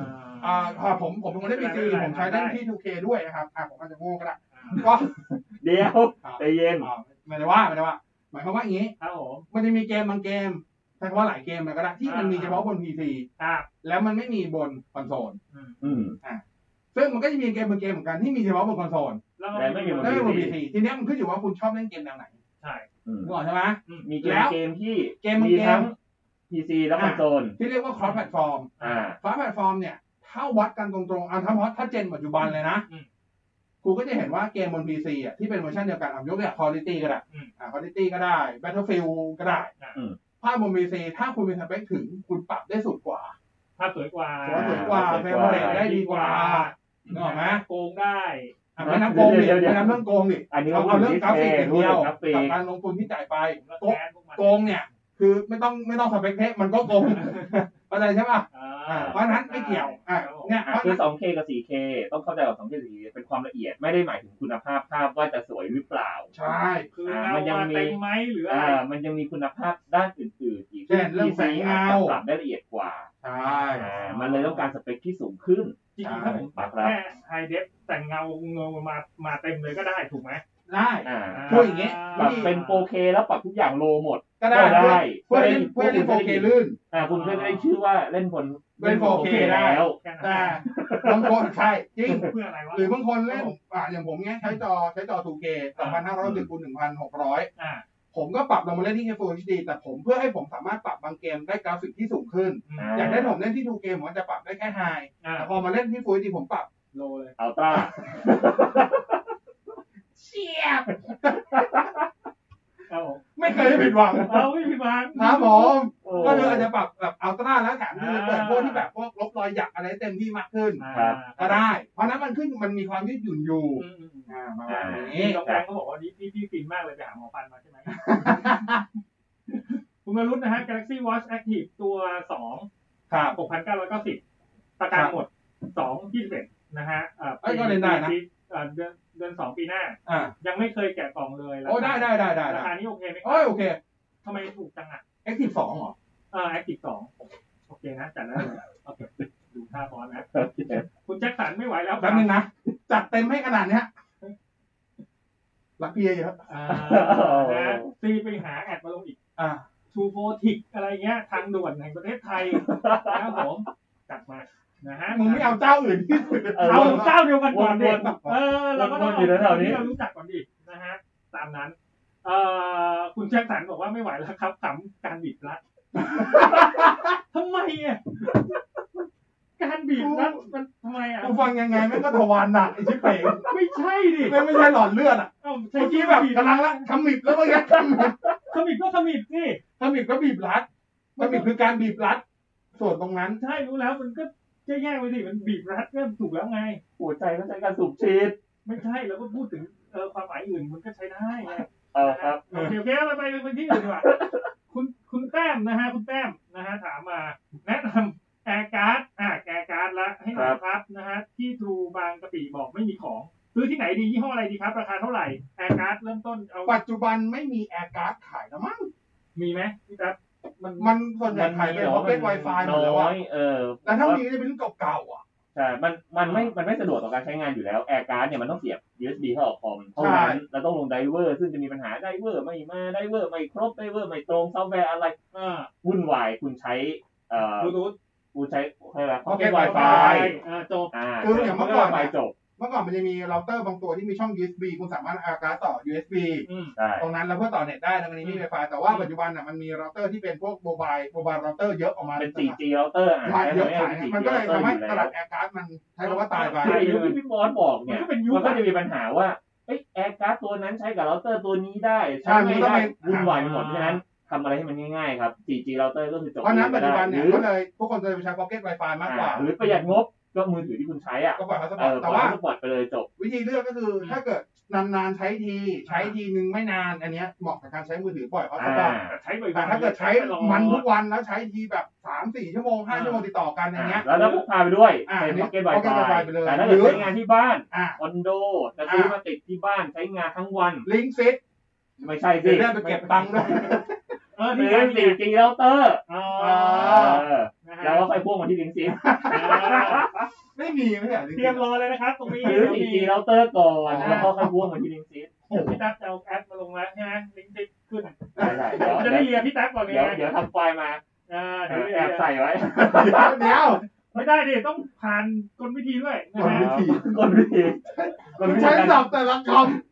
[SPEAKER 4] อ่า
[SPEAKER 3] อ
[SPEAKER 4] อ่าผมผมเป็นคนเล่นพีซีผมใช้เล่นที่ 2K ด้วยนะครับอ่ะผมอาจจะโง่ก็ได้
[SPEAKER 3] อ่า
[SPEAKER 4] ก็
[SPEAKER 6] เดี๋ยวใจเย็น
[SPEAKER 4] อ่าไม่ได้ว่าไม่ได้ว่า หมายความว่าอย่างนี้
[SPEAKER 3] ครับผม
[SPEAKER 4] มันจะมีเกมบางเกมใช้คำว่าหลายเกมเลยก็ได้ที่มันมีเฉพาะบน PC
[SPEAKER 3] ครับ
[SPEAKER 4] แล้วมันไม่มีบนคอนโซล
[SPEAKER 3] อืม
[SPEAKER 6] อืม
[SPEAKER 4] ซึ่งมันก็จะมีเกมบางเกมเหมือนกันที่มีเฉพาะบนคอนโซล
[SPEAKER 3] แล้ว
[SPEAKER 6] แต่ไม่มี
[SPEAKER 3] ค
[SPEAKER 6] บ
[SPEAKER 4] ได้
[SPEAKER 3] น
[SPEAKER 4] เป็นบนพีทีทีเนี้ยมันขึ้นอยู่ว่าคุณชอบเล่นเกมแนวไหน
[SPEAKER 3] ใช่
[SPEAKER 6] อืม
[SPEAKER 4] นึกออกใช่ไหม
[SPEAKER 6] มีเก
[SPEAKER 4] แล้
[SPEAKER 6] ม
[SPEAKER 4] ว
[SPEAKER 6] เกมที่
[SPEAKER 4] เกมมัน
[SPEAKER 6] มีทั้ง
[SPEAKER 4] เกม
[SPEAKER 6] PC และคอนโซล
[SPEAKER 4] ที่เรียกว่า cross platform
[SPEAKER 6] อ่า
[SPEAKER 4] cross platform เนี่ยถ้าวัดกันตรงๆเอาถ้าวัดถ้าเจนปัจจุบันเลยนะคุณก็จะเห็นว่าเกมบน PC อ่ะที่เป็นเวอร์ชันเดียวกันอ่ะยกตัวอย่าง Quality ก็ได้อ่า Quality ก็ได้ Battlefield ก็ได้ภาพบน PC ถ้าคุณมีสเปคถึงคุณปรับได้สุดกว่า
[SPEAKER 3] ภาพสวยกว่า
[SPEAKER 4] สวยกว่า เฟรมเรทได้ดีกว่านึกออกไหม
[SPEAKER 3] โกงได้
[SPEAKER 4] อ่ะไม่นับโกงดิ
[SPEAKER 6] เดี๋ยวเดี๋ยว
[SPEAKER 4] ไม่นับเรื่องโกงดิ
[SPEAKER 6] อันนี้
[SPEAKER 4] เอาเอาเรื่องกราฟิกอย่างเดียว
[SPEAKER 6] กราฟิ
[SPEAKER 4] กับ
[SPEAKER 6] ก
[SPEAKER 4] การลงทุนที่จ่ายไป
[SPEAKER 3] ผมก็
[SPEAKER 4] โกง
[SPEAKER 3] แค้นพวกมัน
[SPEAKER 4] โกงเนี่ย คือไม่ต้องไม่ต้องสเปคเทะมันก็โกงเข้าใจใช่ปะ
[SPEAKER 3] อ่า
[SPEAKER 4] อ่าเพราะฉะนั้นไม่เกี่ยวอ่าเนี่ย
[SPEAKER 6] อ่ะ
[SPEAKER 4] เพราะ
[SPEAKER 6] คือ 2K กับ 4K ต้องเข้าใจกับ 2K กับ 4K เป็นความละเอียดไม่ได้หมายถึงคุณภาพภาพว่าจะสวยหรือเปล่า
[SPEAKER 4] ใช่
[SPEAKER 3] คือเอามามเต็มไหมหรืออะไร
[SPEAKER 6] อ่า มันยังมีคุณภาพด้านอื่นๆอีก
[SPEAKER 4] เช่นเรื่องแสงเงา
[SPEAKER 6] ที่ปรับได้ละเอียดกว่า
[SPEAKER 4] ใช่
[SPEAKER 6] อ่ามันเลยต้องการสเปคที่สูงขึ้น
[SPEAKER 3] จริงๆถ้าผมปรับแค่ไฮเดฟแต่งเงาเงามามาเต็มเลยก็ได้ถูกไหม
[SPEAKER 4] ได้
[SPEAKER 6] อ่า
[SPEAKER 4] พูดอย่างงี้
[SPEAKER 6] ปรับเป็น 4K แล้วปรับทุกอย่างโลหมด
[SPEAKER 4] ก็ได้
[SPEAKER 6] ก็ได้
[SPEAKER 4] เพื่อเล่น
[SPEAKER 6] เพื่
[SPEAKER 4] เพื่
[SPEAKER 6] อ
[SPEAKER 4] อ
[SPEAKER 6] เล่
[SPEAKER 4] เล่
[SPEAKER 6] น
[SPEAKER 4] น
[SPEAKER 6] โป
[SPEAKER 4] โป
[SPEAKER 6] ร
[SPEAKER 4] ร
[SPEAKER 6] เค
[SPEAKER 4] เค
[SPEAKER 6] ลื่
[SPEAKER 4] ลื่
[SPEAKER 6] น
[SPEAKER 4] น
[SPEAKER 6] อ่า คุณก็จะได้ชื่อว่าเล่นบน
[SPEAKER 4] เล่น 4K ได้
[SPEAKER 6] แล้ว
[SPEAKER 3] แค่นั้น
[SPEAKER 4] แต่บางคนใช่จริง
[SPEAKER 3] เพื่ออะไรวะ
[SPEAKER 4] หรือบางคนเล่นอ่าอย่างผมเนี้ยใช้จอใช้จอ 2K 2560คูณ1600
[SPEAKER 3] อ่า
[SPEAKER 4] ผมก็ปรับลงมาเล่นที่ Full HD แต่ผมเพื่อให้ผมสามารถปรับบางเกมได้กราฟิกที่สูงขึ้น อยากได้ผมเล่นที่ 2K ผมก็จะปรับได้แค่ High
[SPEAKER 3] อ่า
[SPEAKER 4] แต่พอมาเล่นที่ Full HD ผมปรับ Low เลย
[SPEAKER 6] อัลต้า
[SPEAKER 4] เชียบ
[SPEAKER 3] เอา
[SPEAKER 4] ไม่เคยผิดหวัง
[SPEAKER 3] เอาไม่มีบาง
[SPEAKER 4] ครับผม ก็คืออาจจะปรับแบบอัลตร้าแล้วแถมคือเปิดพวกที่แบบพวกลบรอยหยักอะไรเต็มที่มากขึ้น
[SPEAKER 6] ครับ
[SPEAKER 4] ก็ได้ เพราะนั้นมันขึ้นมันมีความยืดหยุ่นอยู่
[SPEAKER 3] อืมอืม
[SPEAKER 4] อ่าประมาณ
[SPEAKER 3] นี่
[SPEAKER 4] นี้
[SPEAKER 3] น้องแบงค์ก็บอกว่านี่พี่พี่ฟินมากเลยไปหาหมอฟันมาใช่ไหม คุณมารุตนะฮะ Galaxy Watch Active ตัวสอง
[SPEAKER 4] ครับ
[SPEAKER 3] 6,990 ประกันหมดสองยี่สิบเอ็ดนะฮะอ่อ
[SPEAKER 4] เอ้ยก็เล่นได้นะ
[SPEAKER 3] ปีเอ่อเดือนเดือนสองปีหน้า
[SPEAKER 4] อ่า
[SPEAKER 3] ยังไม่เคยแกะกล่องเลย
[SPEAKER 4] โอ้ได้ได้ได้ได้
[SPEAKER 3] รา
[SPEAKER 4] ได้
[SPEAKER 3] คานี้โอเคไหมครับ
[SPEAKER 4] โอ้ยโอเค
[SPEAKER 3] ทำไมถูกจังอ่ะ
[SPEAKER 4] เอ็กซ์ทีสองเหรอ
[SPEAKER 3] เอ่อ Active สองโอเคนะ จัดแล้วเลย โอเคดูท่าพอนนะ คุณแจ็คสันไม่ไหวแล้ว
[SPEAKER 4] แป๊บนึงนะ จัดเต็มให้ขนาดเนี้ยรักพี่เยอะ
[SPEAKER 3] อ่านะซีไปหาแอดมาลงอีก
[SPEAKER 4] ๆอ่า
[SPEAKER 3] ทูโพทิกอะไรเงี้ย ทางด่วนแห่งประเทศไทย นะครับผมจัดมานะฮะ
[SPEAKER 4] มึงไม่เอาเจ้าอื่นที่สุด
[SPEAKER 6] เออ
[SPEAKER 3] เอาเจ้าเดียวกันก่อนดิ
[SPEAKER 6] วนๆ
[SPEAKER 3] เออเราก็ต้อง
[SPEAKER 6] วนๆอยู่แถวๆนี้
[SPEAKER 3] ที่เรารู้จักก่อนดินะฮะตามนั้น เอ่อคุณแจ็คสันบอกว่าไม่ไหวแล้วครับขำการบีบรัดทำไมอ่ะการบีบรัดมันทำไมอ่ะ
[SPEAKER 4] กูฟังยังไงแม่งก็ทวารหนักไอ้ชิบเป๋ง
[SPEAKER 3] ไม่ใช่ดิ
[SPEAKER 4] แม่งไม่ใช่หลอดเลือดอ่ะ
[SPEAKER 3] เอ้าใช้ยี
[SPEAKER 4] เมื่อกี้
[SPEAKER 3] แบ
[SPEAKER 4] แบบ บกำลังละขมิบแล้วเมื่อกี้ขมิบ
[SPEAKER 3] ขมิบก็ขมิบสิ
[SPEAKER 4] ขมิบก็บีบรัดขมิบคือการบีบรัด ส่วนตรงนั้น
[SPEAKER 3] ใช่รู้แล้วมันก็จะแยกไปสิมันบีบรัดก็ถูกแล้วไง
[SPEAKER 6] หัวใจก็ใช้การสูบฉีด
[SPEAKER 3] ไม่ใช่เราก็พูดถึงเออความหมายอื่นมันก็ใช้ได้ไง
[SPEAKER 6] เออครับ
[SPEAKER 3] โอเคโอเคไปไปไปที่อื่นดีกว่า คุณคุณแต้มนะฮะ คุณแต้มนะฮะถามมา แนะนำแอร์การ์ดอ่ะแอร์การ์ดละให้หน่อยครับนะฮะที่ทรูบางกะปิบอกไม่มีของ ซื้อที่ไหนดียี่ห้ออะไรดีครับ ราคาเท่าไหร่แอร์การ์ดเริ่มต้นเอา
[SPEAKER 4] ปัจจุบันไม่มีแอร์การ์ดขายแล้วมั้ง
[SPEAKER 3] มีไหมพี่แต๊บมัน
[SPEAKER 4] มันส่วนใหญ่ขายเป็นพ็อกเก็ตไวไฟหมดแล้ว
[SPEAKER 6] น้
[SPEAKER 4] อะ
[SPEAKER 6] อยเออ
[SPEAKER 4] แล้วถ้ามีก็จะเป็นรุ่นเก่าๆอ่ะ
[SPEAKER 6] ใช่มันมันไม่มันไม่สะดวกต่อการใช้งานอยู่แล้วแอร์การ์ดเนี่ยมันต้องเสียบ USB เข้าออกคอมเท่านั้นแล้วต้องลงไดเวอร์ซึ่งจะมีปัญหาไดเวอร์ไม่มาไดเวอร์ไม่ครบไดเวอร์ไม่ตรงซอฟต์แวร์อะไร
[SPEAKER 3] เออ
[SPEAKER 6] วุ่นวายคุณใช้เอ่อบ
[SPEAKER 3] ลูทูธ
[SPEAKER 6] คุณใช้ใช่ไหม
[SPEAKER 4] Pocket
[SPEAKER 3] ไฟ
[SPEAKER 4] Wi-Fi
[SPEAKER 3] เออจบ
[SPEAKER 6] อ่า
[SPEAKER 4] คืออย่างเมื่อก่อน
[SPEAKER 6] ไฟ
[SPEAKER 4] อะ
[SPEAKER 6] จบ
[SPEAKER 4] เมื่อก่อนมันจะมีเราเตอร์บางตัวที่มีช่อง USB คุณสามารถเอาแอร์การ์ดต่อ USB
[SPEAKER 3] อืม
[SPEAKER 6] ใช่
[SPEAKER 4] ตรงนั้นแล้วเพื่อต่อเน็ตได้แล้วอันนี้
[SPEAKER 3] อื
[SPEAKER 4] มี
[SPEAKER 3] ม
[SPEAKER 4] ไฟฟ้าแต่ว่าปัจจุบันน่ะมันมีเราเตอร์ที่เป็นพวกโมบายโมบายเราเตอร์เยอะออกมา
[SPEAKER 6] เป็น 4G router อ่ะ
[SPEAKER 4] ขายเยอะ
[SPEAKER 6] ใช่
[SPEAKER 4] ขาย
[SPEAKER 6] ไหม 4G
[SPEAKER 4] มันก็เลยทำให้ตลาด
[SPEAKER 6] router
[SPEAKER 4] แอร์การ์ดมันใช้คำว่าตายไป
[SPEAKER 6] อยู่แล้วใช่ยุคที่พี่บอสบอก
[SPEAKER 3] มัน
[SPEAKER 6] เนี่ย
[SPEAKER 3] ก็เป็นยุค
[SPEAKER 6] มันก็จะมีปัญหาว่าเอ้ยแอร์การ์ดตัวนั้นใช้กับเราเตอร์ตัวนี้ได้
[SPEAKER 4] ใช่
[SPEAKER 6] ใช้
[SPEAKER 4] มัน
[SPEAKER 6] ไม่
[SPEAKER 4] ก็
[SPEAKER 6] ได้
[SPEAKER 4] ไม่
[SPEAKER 6] วุ่นวายไปหมดเพราะฉะนั้นทำอะไรให้มันง่ายๆครับ 4G เราเตอร์ก็คือจบ
[SPEAKER 4] เพราะฉะนั้นปัจจุบัน
[SPEAKER 6] ห
[SPEAKER 4] เนี่ย
[SPEAKER 6] รือ
[SPEAKER 4] ก็เลยทุกคนจะไปใช้พ็อกเก็ตไวไฟมากกว่า
[SPEAKER 6] อ่าหรือประหยัดงบก็มือถือที่คุณใช้อ่ะ
[SPEAKER 4] ก็ปล่อยเขาสป
[SPEAKER 6] เอ
[SPEAKER 4] อร์
[SPEAKER 6] อ
[SPEAKER 4] ต
[SPEAKER 6] แต่
[SPEAKER 4] แต่
[SPEAKER 6] ว่า
[SPEAKER 4] ว่า
[SPEAKER 6] สปลอดไปเลยจบ
[SPEAKER 4] วิธีเลือกก็คือถ้าเกิดนานๆใช้ทีใช้ทีนึงไม่นานอันเนี้ยเหมาะกับการใช้มือถือปล่อยเขาสปอ
[SPEAKER 6] อ่า
[SPEAKER 4] ร์ต
[SPEAKER 3] ใช้บ่อยๆ
[SPEAKER 4] แต่ถ้าเกิดใช้
[SPEAKER 3] ไปลอง
[SPEAKER 4] มันทุกวันแล้วใช้ทีแบบสามสี่ชั่วโมงห้า
[SPEAKER 3] อ่า
[SPEAKER 4] ชั่วโมงติดต่อกันอย่างเงี้ย
[SPEAKER 6] แล้วเราพกพาไปด้วย
[SPEAKER 4] อ่า
[SPEAKER 6] เป็นพ็อกเก็ตไว
[SPEAKER 4] Pocket Wi-Fi ไปเลย
[SPEAKER 6] แต่ถ้าเกิดใช้งานที่บ้าน
[SPEAKER 4] อ่ะ
[SPEAKER 6] คอนโดจะซื้อ
[SPEAKER 4] อ่าม
[SPEAKER 6] มาติดที่บ้านใช้งานทั้งวัน
[SPEAKER 4] ลิงก์ซิต
[SPEAKER 6] ไม่ใช่สิ
[SPEAKER 4] เดี๋ยวได้ไปเก็บตังค์ ด้วย
[SPEAKER 3] เออ
[SPEAKER 6] ซื้
[SPEAKER 3] ที่ร้านนี่
[SPEAKER 6] อ 4G เราเตอร์
[SPEAKER 3] อ๋อ
[SPEAKER 4] อ่า
[SPEAKER 6] เออ
[SPEAKER 3] นะฮะ
[SPEAKER 6] แล้วก็ค่อยพ่วงมาที่ลิงก์ซิ
[SPEAKER 4] ไม่มีไม่ใช่ลิง
[SPEAKER 3] เตรีย
[SPEAKER 4] ก์ซิ
[SPEAKER 3] ม
[SPEAKER 4] ต
[SPEAKER 3] รอเลยนะครับตรงนี้
[SPEAKER 6] ซื้อ
[SPEAKER 3] เดี๋ยวมี
[SPEAKER 6] 4G เราเตอร์ก่อน
[SPEAKER 3] อ่า
[SPEAKER 6] แล้วก็ค่อยพ่วงมาที่ลิงก์ซิ
[SPEAKER 3] เดี๋ยวพี่ตั๊บจะเอาแอปมาลงแล้วใช่ไหมลิงก์จะขึ้น
[SPEAKER 6] ใช่ใช่เดี๋ยว
[SPEAKER 3] จะ
[SPEAKER 6] เดี๋ยว
[SPEAKER 3] ได้เรียนพี่ตั๊บก่อนไง
[SPEAKER 6] เดี๋ยวเดี๋ยวทำไฟล์มา
[SPEAKER 3] อ่า
[SPEAKER 6] แ
[SPEAKER 3] เดี๋ยวเรียน
[SPEAKER 6] อ
[SPEAKER 3] แอ
[SPEAKER 6] บบ ใส่ไว้
[SPEAKER 4] เดี๋ยวเดี๋ยว
[SPEAKER 3] ไม่ได้ดิต้องผ่านกลวิธี ด้วยนะ
[SPEAKER 4] กล
[SPEAKER 3] ฮะ
[SPEAKER 4] วิธี
[SPEAKER 6] กลวิธีกล
[SPEAKER 4] มัน
[SPEAKER 6] วิธี
[SPEAKER 4] ใช้
[SPEAKER 6] การ
[SPEAKER 4] ศัพท์แต่ละค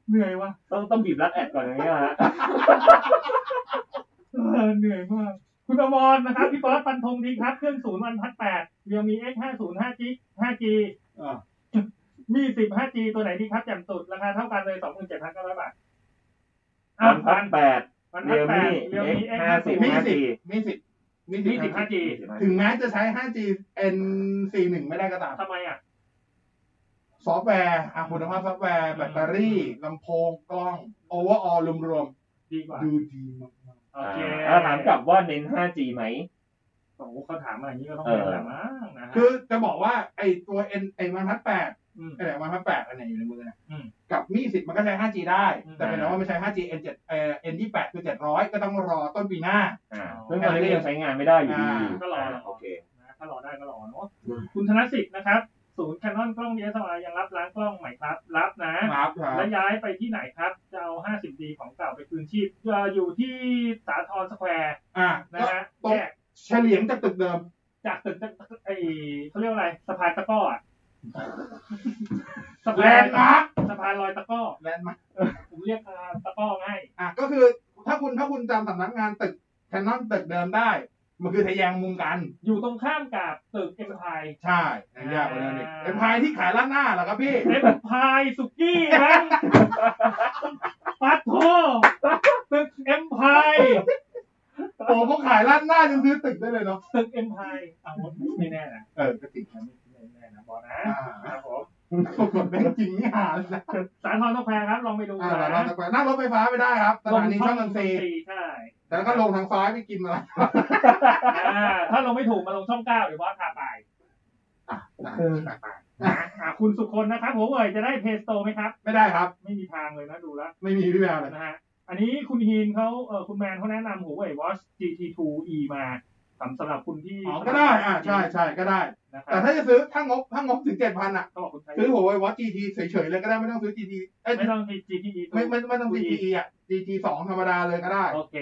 [SPEAKER 3] เหนื่อยว่ะ
[SPEAKER 6] ต้องต้องบีบรัดแอดก่อนอย่างเงี้ยฮะ
[SPEAKER 3] เออเหนื่อยมากคุณอมรนะครับพี่ป๊อปฟันธงทีครับเครื่องศูนย์วันพันแปดเรียวมี X ห้าศูนย์ห้า G ห้า G
[SPEAKER 4] ำ
[SPEAKER 3] มีสิบห้า G ตัวไหนดีครับแจ่มสุดราคาเท่ากันเลยสองหมื่นเจ็ดพันเก้าร้อยบาทอ่ะ
[SPEAKER 6] วันพั
[SPEAKER 3] พั
[SPEAKER 6] น
[SPEAKER 3] น
[SPEAKER 6] แปด
[SPEAKER 3] วันพั
[SPEAKER 6] เรี
[SPEAKER 3] น
[SPEAKER 6] ยว
[SPEAKER 3] แป
[SPEAKER 6] มี่
[SPEAKER 3] ดเรียว
[SPEAKER 6] เอ็ ก
[SPEAKER 3] มี X
[SPEAKER 6] ห้า
[SPEAKER 3] ห้าสิ
[SPEAKER 6] สิบบ ห้าสิบ
[SPEAKER 4] มีสิทธิ์มีสิ
[SPEAKER 3] มี
[SPEAKER 4] ท
[SPEAKER 3] สิบ
[SPEAKER 4] ธิ์
[SPEAKER 3] ห้า G
[SPEAKER 4] ถึงแม้จะใช้ 5G N41 ไม่ได้ก็ตาม
[SPEAKER 3] ทำไมอ่ะ
[SPEAKER 4] ซอฟต์แวร์อ่ะคุณภาพซอฟต์แวร์แบตเตอรี่ลำโพงกล้อง o v e r a l l รวม
[SPEAKER 3] ดีกว่า
[SPEAKER 4] ๆ ดูดีมากๆ
[SPEAKER 3] โอเค
[SPEAKER 6] อ่าถามกลับว่าเน้น 5G ไหม
[SPEAKER 3] โอ้โหเขาถามมาอย่างนี้ก็ต้อง
[SPEAKER 6] เออ
[SPEAKER 3] เป็นแหละมั้งนะฮะ
[SPEAKER 4] คือจะบอกว่าไอตัวเอ็นไอมันพัดแปด
[SPEAKER 3] อืม
[SPEAKER 4] ไอไหนมันพัดแปดอันไหนอยู่ในมือนะ
[SPEAKER 3] อืม
[SPEAKER 4] กับมีสิบมันก็ใช้ 5G ได้
[SPEAKER 3] อืม
[SPEAKER 4] แต่เป็นว่ามันใช้ 5G N7 เอ่อ N28 คือ 700 ก็ต้องรอต้นปีหน้า
[SPEAKER 6] อ่าซึ่งตอนนี้ก็ยังใช้งานไม่ได้อยู่ดี
[SPEAKER 4] อ่า
[SPEAKER 3] ก็รอ
[SPEAKER 6] โอเค
[SPEAKER 3] นะถ้ารอได้ก็รอเนาะคุณธนสิทธิ์นะครับ ศูนย์แคนนอนกล้องดีเอสอายังรับล้างกล้องใหม่ครับ รับนะ
[SPEAKER 4] ครับครับ
[SPEAKER 3] แล้วย้ายไปที่ไหนครับ จะเอา 50 ดีของเก่าไปคืนชีพเอ่ออยู่ที่สาทรสแควร์
[SPEAKER 4] อ่ะ
[SPEAKER 3] นะ
[SPEAKER 4] ก็
[SPEAKER 3] ฮะ
[SPEAKER 4] ตร
[SPEAKER 3] แย
[SPEAKER 4] ง
[SPEAKER 3] ก
[SPEAKER 4] เฉลียงจากตึกเดิม
[SPEAKER 3] จากตึกไอเขาเรียกว่าอะไรสะพานตะกร้ออะสะพา
[SPEAKER 4] แล
[SPEAKER 3] น
[SPEAKER 4] นด์มาร์ค
[SPEAKER 3] สะพานลอยตะกร้อ
[SPEAKER 4] แลนด์มาร์ค
[SPEAKER 3] ผมเรียกตะกร้อง่าย
[SPEAKER 4] อ่ะก็คือ ถ้าคุณถ้าคุณจำสำนักงานตึกแคนนอนตึกเดิมได้ มันคือทะแยงมุมกัน
[SPEAKER 3] อยู่ตรงข้ามกับตึกเอ็มพาย
[SPEAKER 4] ใช่อย่างยากกว่าเดิมอีกไอ้พายที่ขายร้านหน้าเหรอครับพี่
[SPEAKER 3] เอ็มพายสุกี้นะปัดโทตึกเอ็มพาย
[SPEAKER 4] โอ้พวกขายร้านหน้ายังซื้อตึกได้เลยเนาะ
[SPEAKER 3] ตึกเอ็มพายเอาไม่แน่นะ
[SPEAKER 4] เออกระติกนั้น
[SPEAKER 3] ไม่แน่นะบอกนะ
[SPEAKER 4] อ่า
[SPEAKER 3] ครับผม
[SPEAKER 4] ปรากฏแม่งจริงนี่หาเลยนะ
[SPEAKER 3] สาทรต้องแพงครับ ลองไปดู
[SPEAKER 4] อ่าเราจะไปนั่งรถไฟฟ้าไปได้ครับสถานีช่องนนทรีย์
[SPEAKER 3] ใช่
[SPEAKER 4] แต่ก็ลงทางซ้ายไปกินอะไร
[SPEAKER 3] อ่าถ้าลงไม่ถูกมาลงช่องเก้าหรือว่าพาไป
[SPEAKER 4] อ่ะอ่ะ
[SPEAKER 10] เออ
[SPEAKER 4] อ่ะ
[SPEAKER 3] นะอ่าคุณสุคนนะครับผมเอ่ยจะได้เพสโตไหมครับ
[SPEAKER 4] ไม่ได้ครับ
[SPEAKER 3] ไม่มีทางเลยนะดูแล้ว
[SPEAKER 4] ไม่มีพี่แววเลย
[SPEAKER 3] นะฮะอันนี้คุณฮีนเขาเออคุณแมนเขาแนะนำหัวเว่ยวอช GT2e มาสำสำหรับคุณที่
[SPEAKER 4] อ๋อก็ได้อ่าใช่ใช่ก็ได้
[SPEAKER 3] นะครั
[SPEAKER 4] แต่
[SPEAKER 3] บ
[SPEAKER 4] ถ้าจะซื้อถ้างบถ้างบถึงเจ็ดพันอ่ะ
[SPEAKER 3] เขาบอกคุณใช้
[SPEAKER 4] ซื้อหัวไววอท GT เฉยๆเลยก็ได้ไม่ต้องซื้อ GT เอ้ย
[SPEAKER 3] ไม่ต้องมี GTE
[SPEAKER 4] ไม่ไม่ไม่ต้อง GT อ่ะ GT สองธรรมดาเลยก็ได้
[SPEAKER 3] โอเค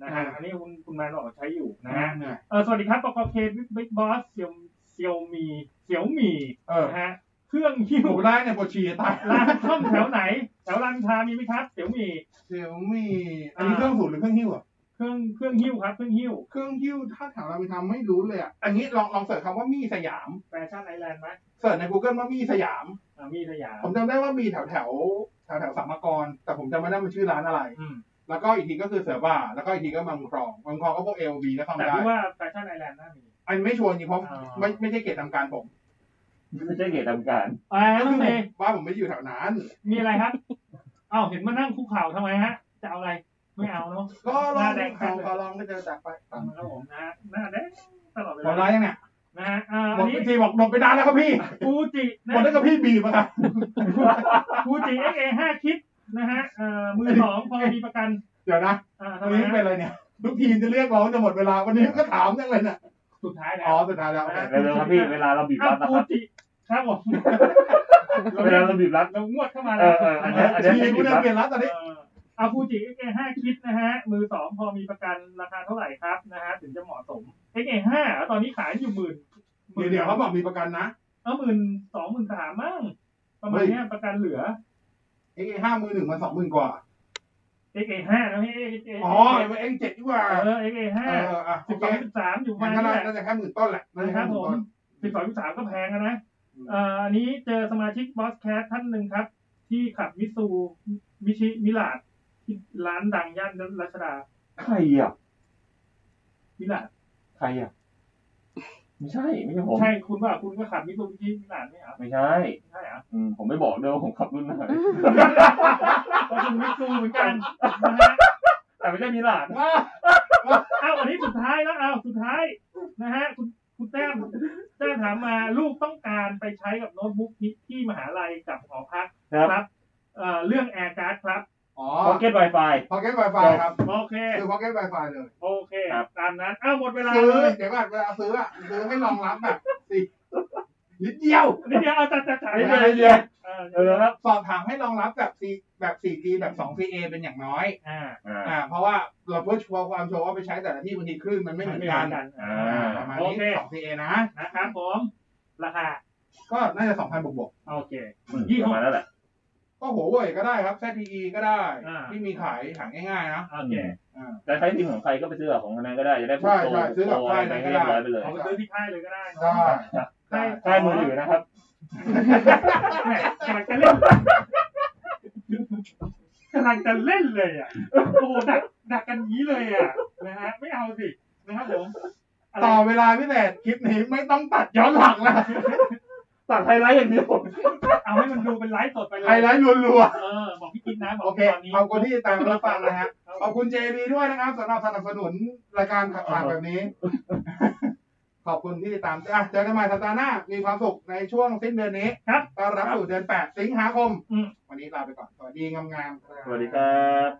[SPEAKER 3] นะฮะ
[SPEAKER 4] อ่า
[SPEAKER 3] อันนี้คุณคุณแมนบอกว่าใช้อยู่นะฮะ
[SPEAKER 4] เหนื่อย
[SPEAKER 3] เออสวัสดีครับปกเคบิ๊กบอสเซียวเซียวมีเซียวมี
[SPEAKER 4] เออ
[SPEAKER 3] นะฮะเครื่องหิ้ว
[SPEAKER 4] ผมได้เนี่ยปวดฉี่ตาย
[SPEAKER 3] ร้านช่องแถวไหน แถวรามอินทรามีไหมครับเซียวมี
[SPEAKER 4] เดี๋ยวมีอันนี้เครื่องสูตรหรือเครื่องหิ้วอ่ะ
[SPEAKER 3] เครื่องเครื่องหิ้วครับเครื่องหิ้ว
[SPEAKER 4] เครื่องหิ้วถ้าถามเราไปทำไม่รู้เลยอ่ะ อันนี้ลองลองเสิร์ชคำว่ามีสยาม
[SPEAKER 3] แฟชั่นไอแลนด์ไหม
[SPEAKER 4] เสิร์ชใน Google ว่ามีสยาม
[SPEAKER 3] อ่ามีสยาม
[SPEAKER 4] ผมจำได้ว่ามีแถวแถวแถวแถวสามกร แต่ผมจำไม่ได้มันชื่อร้านอะไร
[SPEAKER 3] อืม
[SPEAKER 4] แล้วก็อีกทีก็คือเสือบ่า แล้วก็อีกทีก็มังครอง มังครองก็พวกเอลบีนะครั
[SPEAKER 3] แต่
[SPEAKER 4] ได้
[SPEAKER 3] พี่ว่าแฟชั่นไอแลนด์น่ามี
[SPEAKER 4] อันไม่ชวนจริงเพราะ
[SPEAKER 3] อ่า
[SPEAKER 4] ไม่ไม่ใช่เกตทำการผม
[SPEAKER 6] ไม่ใช่เกตทำการ
[SPEAKER 3] อ่า
[SPEAKER 4] ก็
[SPEAKER 3] น้อง
[SPEAKER 4] คือ
[SPEAKER 3] เม
[SPEAKER 4] ผ
[SPEAKER 3] ย์
[SPEAKER 4] มว่าผมไม่ได้อยู่แถวนั้น
[SPEAKER 3] มีอะไรครับ เอ้าเห็นมานั่งคุกเข่าทำไมฮะ จะเอาอะไร ไม่เอาเนาะ
[SPEAKER 4] ก็ล
[SPEAKER 3] ห
[SPEAKER 4] อง
[SPEAKER 3] น้าแดง
[SPEAKER 4] ของก็ลองก็เจอจากไป
[SPEAKER 3] ตามมาครับผมนะฮะหน้าแดงตลอดเว
[SPEAKER 4] หมดแล้
[SPEAKER 3] ลาว
[SPEAKER 4] ยังเนี่ย
[SPEAKER 3] นะฮะอ่า
[SPEAKER 4] หม
[SPEAKER 3] อัน
[SPEAKER 4] ด
[SPEAKER 3] นี้
[SPEAKER 4] พี่จีบอกหมดไปนานแล้วครับพี่
[SPEAKER 3] ฟูจิ
[SPEAKER 4] ห
[SPEAKER 3] นะ
[SPEAKER 4] มดแล้วกับพี่บีบอะครับ
[SPEAKER 3] ฟูจิ XA ห้าคิดนะฮะเอ่อมือสองพอมีประกัน
[SPEAKER 4] เดี๋ยวนะ
[SPEAKER 3] อ่า
[SPEAKER 4] วั
[SPEAKER 3] ทำไม
[SPEAKER 4] นนี้เป็
[SPEAKER 3] ฮะ
[SPEAKER 4] นอะไรเนี่ยทุกทีมจะเรียกร้องจะหมดเวลาวันนี้ก็ถามจังเลยเนี่ย
[SPEAKER 3] สุดท้ายแล้
[SPEAKER 4] อ๋อ
[SPEAKER 3] ว
[SPEAKER 4] สุดท้ายแล้วโอเค
[SPEAKER 6] เร็วๆครับพี่เวลาเราบีบ
[SPEAKER 3] อ้าว
[SPEAKER 6] รัดนะ
[SPEAKER 3] ฟู
[SPEAKER 6] ครับ
[SPEAKER 3] จิครับผม
[SPEAKER 6] เวลาเราบีบรัด
[SPEAKER 3] เรางวดเข้ามา
[SPEAKER 6] เอ
[SPEAKER 3] แล้ว
[SPEAKER 6] อเอออันเนี้ยอันเนี้ย
[SPEAKER 4] ทีมกูเนี่ยเปลี่ยนรัฐตอนนี้
[SPEAKER 3] เออเอาฟูจิ XA ห้าคิดนะฮะ มือสองพอมีประกันราคาเท่าไหร่ครับนะฮะถึงจะเหมาะสม XA ห้าตอนนี้ขายอยู่หมื่น
[SPEAKER 4] เดี๋ยวๆเขาบอกมีประกันนะ
[SPEAKER 3] เออหมื่นสองหมื่นสามมั้งประมาณเนี้ยประกันเหลือ
[SPEAKER 4] เอ็กห้ามือหนึ่งมันสองหมื่นกว่า
[SPEAKER 3] x a ห้านะพี่ x a
[SPEAKER 4] อ๋อเอ็กเจ็ดดีกว่า
[SPEAKER 3] เออ x a
[SPEAKER 4] เอ
[SPEAKER 3] ห้า
[SPEAKER 4] ออ่ะโอ
[SPEAKER 3] สิบ
[SPEAKER 4] เค
[SPEAKER 3] สองสิบสามอยู่ประ
[SPEAKER 4] มั
[SPEAKER 3] มาน ณนี้
[SPEAKER 4] ก็น่า
[SPEAKER 3] แหละ
[SPEAKER 4] น่าจะแค่หมื่นต้นแหละน่าจะ
[SPEAKER 3] นะค
[SPEAKER 4] แค่
[SPEAKER 3] รับ
[SPEAKER 4] ห
[SPEAKER 3] ผม
[SPEAKER 4] มื่นต้น
[SPEAKER 3] สิบสองสิบสามก็แพงอะนะ
[SPEAKER 4] อืม
[SPEAKER 3] เอ่ออันนี้เจอสมาชิกบอสแคสท่านหนึ่งครับ ที่ขับมิซูมิชิมิลาดที่ร้านดังย่านรัชดา
[SPEAKER 6] ใครอ่ะ
[SPEAKER 3] มิลาด
[SPEAKER 6] ใครอ่ะไม่ใช่ไม่ใช่ผม
[SPEAKER 3] ใช่คุณว่าคุณก็ขับมิซูมิชิมิลาดไม่เหรอ
[SPEAKER 6] ไม่ใช่
[SPEAKER 3] ไม่ใช่เหรอ
[SPEAKER 6] อืมผมไม่บอกด้วยว่าผมขับรุ่นไหน
[SPEAKER 3] ก็คุณมิซูเหมือนกันนะฮะ
[SPEAKER 6] แต่ไม่ใช่มิลาน
[SPEAKER 3] เอาอันนี้สุดท้ายแล้วเอาสุดท้ายนะฮะคุณคุณแต้มแต้มถามมาลูกต้องการไปใช้กับโน้ตบุ๊กที่ที่มหาลัยกับหอพัก
[SPEAKER 6] ครับ
[SPEAKER 3] ครับเอ่อเรื่องแอร์การ์ดครับ
[SPEAKER 4] อ๋อ
[SPEAKER 6] พ็อกเก็ตไวไฟ
[SPEAKER 4] พอแก้ไวไฟครับ
[SPEAKER 3] โอเค
[SPEAKER 4] คือพอแก้ไวไฟเลย
[SPEAKER 3] โอเค
[SPEAKER 6] ครับ
[SPEAKER 3] ตามนั้นอ้าวหมดเวลา
[SPEAKER 4] ซื้อ
[SPEAKER 3] เลย
[SPEAKER 4] เดี๋ยวก่อนเวลาซื้ออ่ะซื้อให้รองรับแบบสินิดเดียว
[SPEAKER 3] นี่เดี๋ยวเอาจัดจัดจัด
[SPEAKER 4] ไม่
[SPEAKER 6] ไม่
[SPEAKER 4] ใช่
[SPEAKER 6] ใช่
[SPEAKER 4] ไม่
[SPEAKER 6] ไม่
[SPEAKER 4] ใช่
[SPEAKER 6] ใช่
[SPEAKER 3] เออ
[SPEAKER 6] เออครับ
[SPEAKER 4] สอบถามให้รองรับแบบ C แบบ 4G แบบ 2CA เป็นอย่างน้อย
[SPEAKER 3] อ่า
[SPEAKER 6] อ่า
[SPEAKER 4] อ่า เพราะว่าเราเพื่อชัวร์ความชัวร์ว่าไปใช้แต่ละที่บางทีคลื่นมันไม่เหมือนกัน
[SPEAKER 6] อ่า
[SPEAKER 4] อ่าประมาณนี้ 2CA นะ
[SPEAKER 3] นะครับผม ราคา
[SPEAKER 4] ก็น่าจะ2,000บวกบวก
[SPEAKER 3] โอเค
[SPEAKER 6] อืมประมาณนั้นแหละ
[SPEAKER 4] ก็หัวเว่ยก็ได้ครับ ZTE ก็ได้
[SPEAKER 3] อ่า
[SPEAKER 4] ที่มีขายหาง่ายๆนะ
[SPEAKER 3] โอเค
[SPEAKER 4] อ่า
[SPEAKER 6] จะใช้ซิมของใครก็ไปซื้อกับของคนนั้นก็ได้จะได้พวกโต
[SPEAKER 4] ใช่ใช่ซื้อกับ
[SPEAKER 6] โต
[SPEAKER 4] ค่ายนั้
[SPEAKER 6] ไป
[SPEAKER 4] นก็
[SPEAKER 6] ให้
[SPEAKER 4] ได้
[SPEAKER 6] เรียบร้อยไปเลย
[SPEAKER 3] เอาไปซื้อที่ค่ายเลยก็ได้เนอะ
[SPEAKER 4] ได้
[SPEAKER 3] ค่าย
[SPEAKER 6] ค่ายมือถือนะครับ
[SPEAKER 3] แหม่กำลังจะเล่นกำลังจะเล่นเลยอ่ะโอ้โหดักดักกันอย่างนี้เลยอ่ะนะฮะไม่เอาสินะครับผมะไร
[SPEAKER 4] ต่อเวลาพิเศษคลิปนี้ไม่ต้องตัดย้อนหลังนะ
[SPEAKER 6] ตัดไฮไลท์อย่างเดียว
[SPEAKER 3] เอาให้มันดูเป็นไลฟ์สดไปเลย
[SPEAKER 4] ไฮไลท์รัว
[SPEAKER 3] เออ บอกพี่กินนะบ
[SPEAKER 4] ๆ
[SPEAKER 3] ก
[SPEAKER 4] โอเค
[SPEAKER 3] ตนนี้
[SPEAKER 4] ขอบคุณที่ติดตามรับฟังนะฮะ
[SPEAKER 3] ครับ
[SPEAKER 4] ขอบคุณ JB ด้วยนะครับสำหรับสนับสนุนรายการต่างๆแบบนี้ ขอบคุณที่ติดตามอ่ะเจอกันใหม่สัปดาห์หน้า มีความสุขในช่วงสิ้นเดือนนี้
[SPEAKER 3] ครับ
[SPEAKER 4] ต้อนรับสู่เดือน 8 สิงหาคม
[SPEAKER 3] อืม
[SPEAKER 4] วันนี้ลาไปก่อน สวัสดีงามๆครับ
[SPEAKER 6] สวัสดีครับ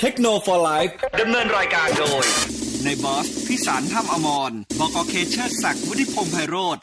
[SPEAKER 1] เทคโนโลยีไลฟ์
[SPEAKER 2] ดำเนินรายการโดย
[SPEAKER 1] ในบอสพิสารถ้ำอมรบกเคเชอร์ศักดิ์วุฒิพงษ์ไพโรธ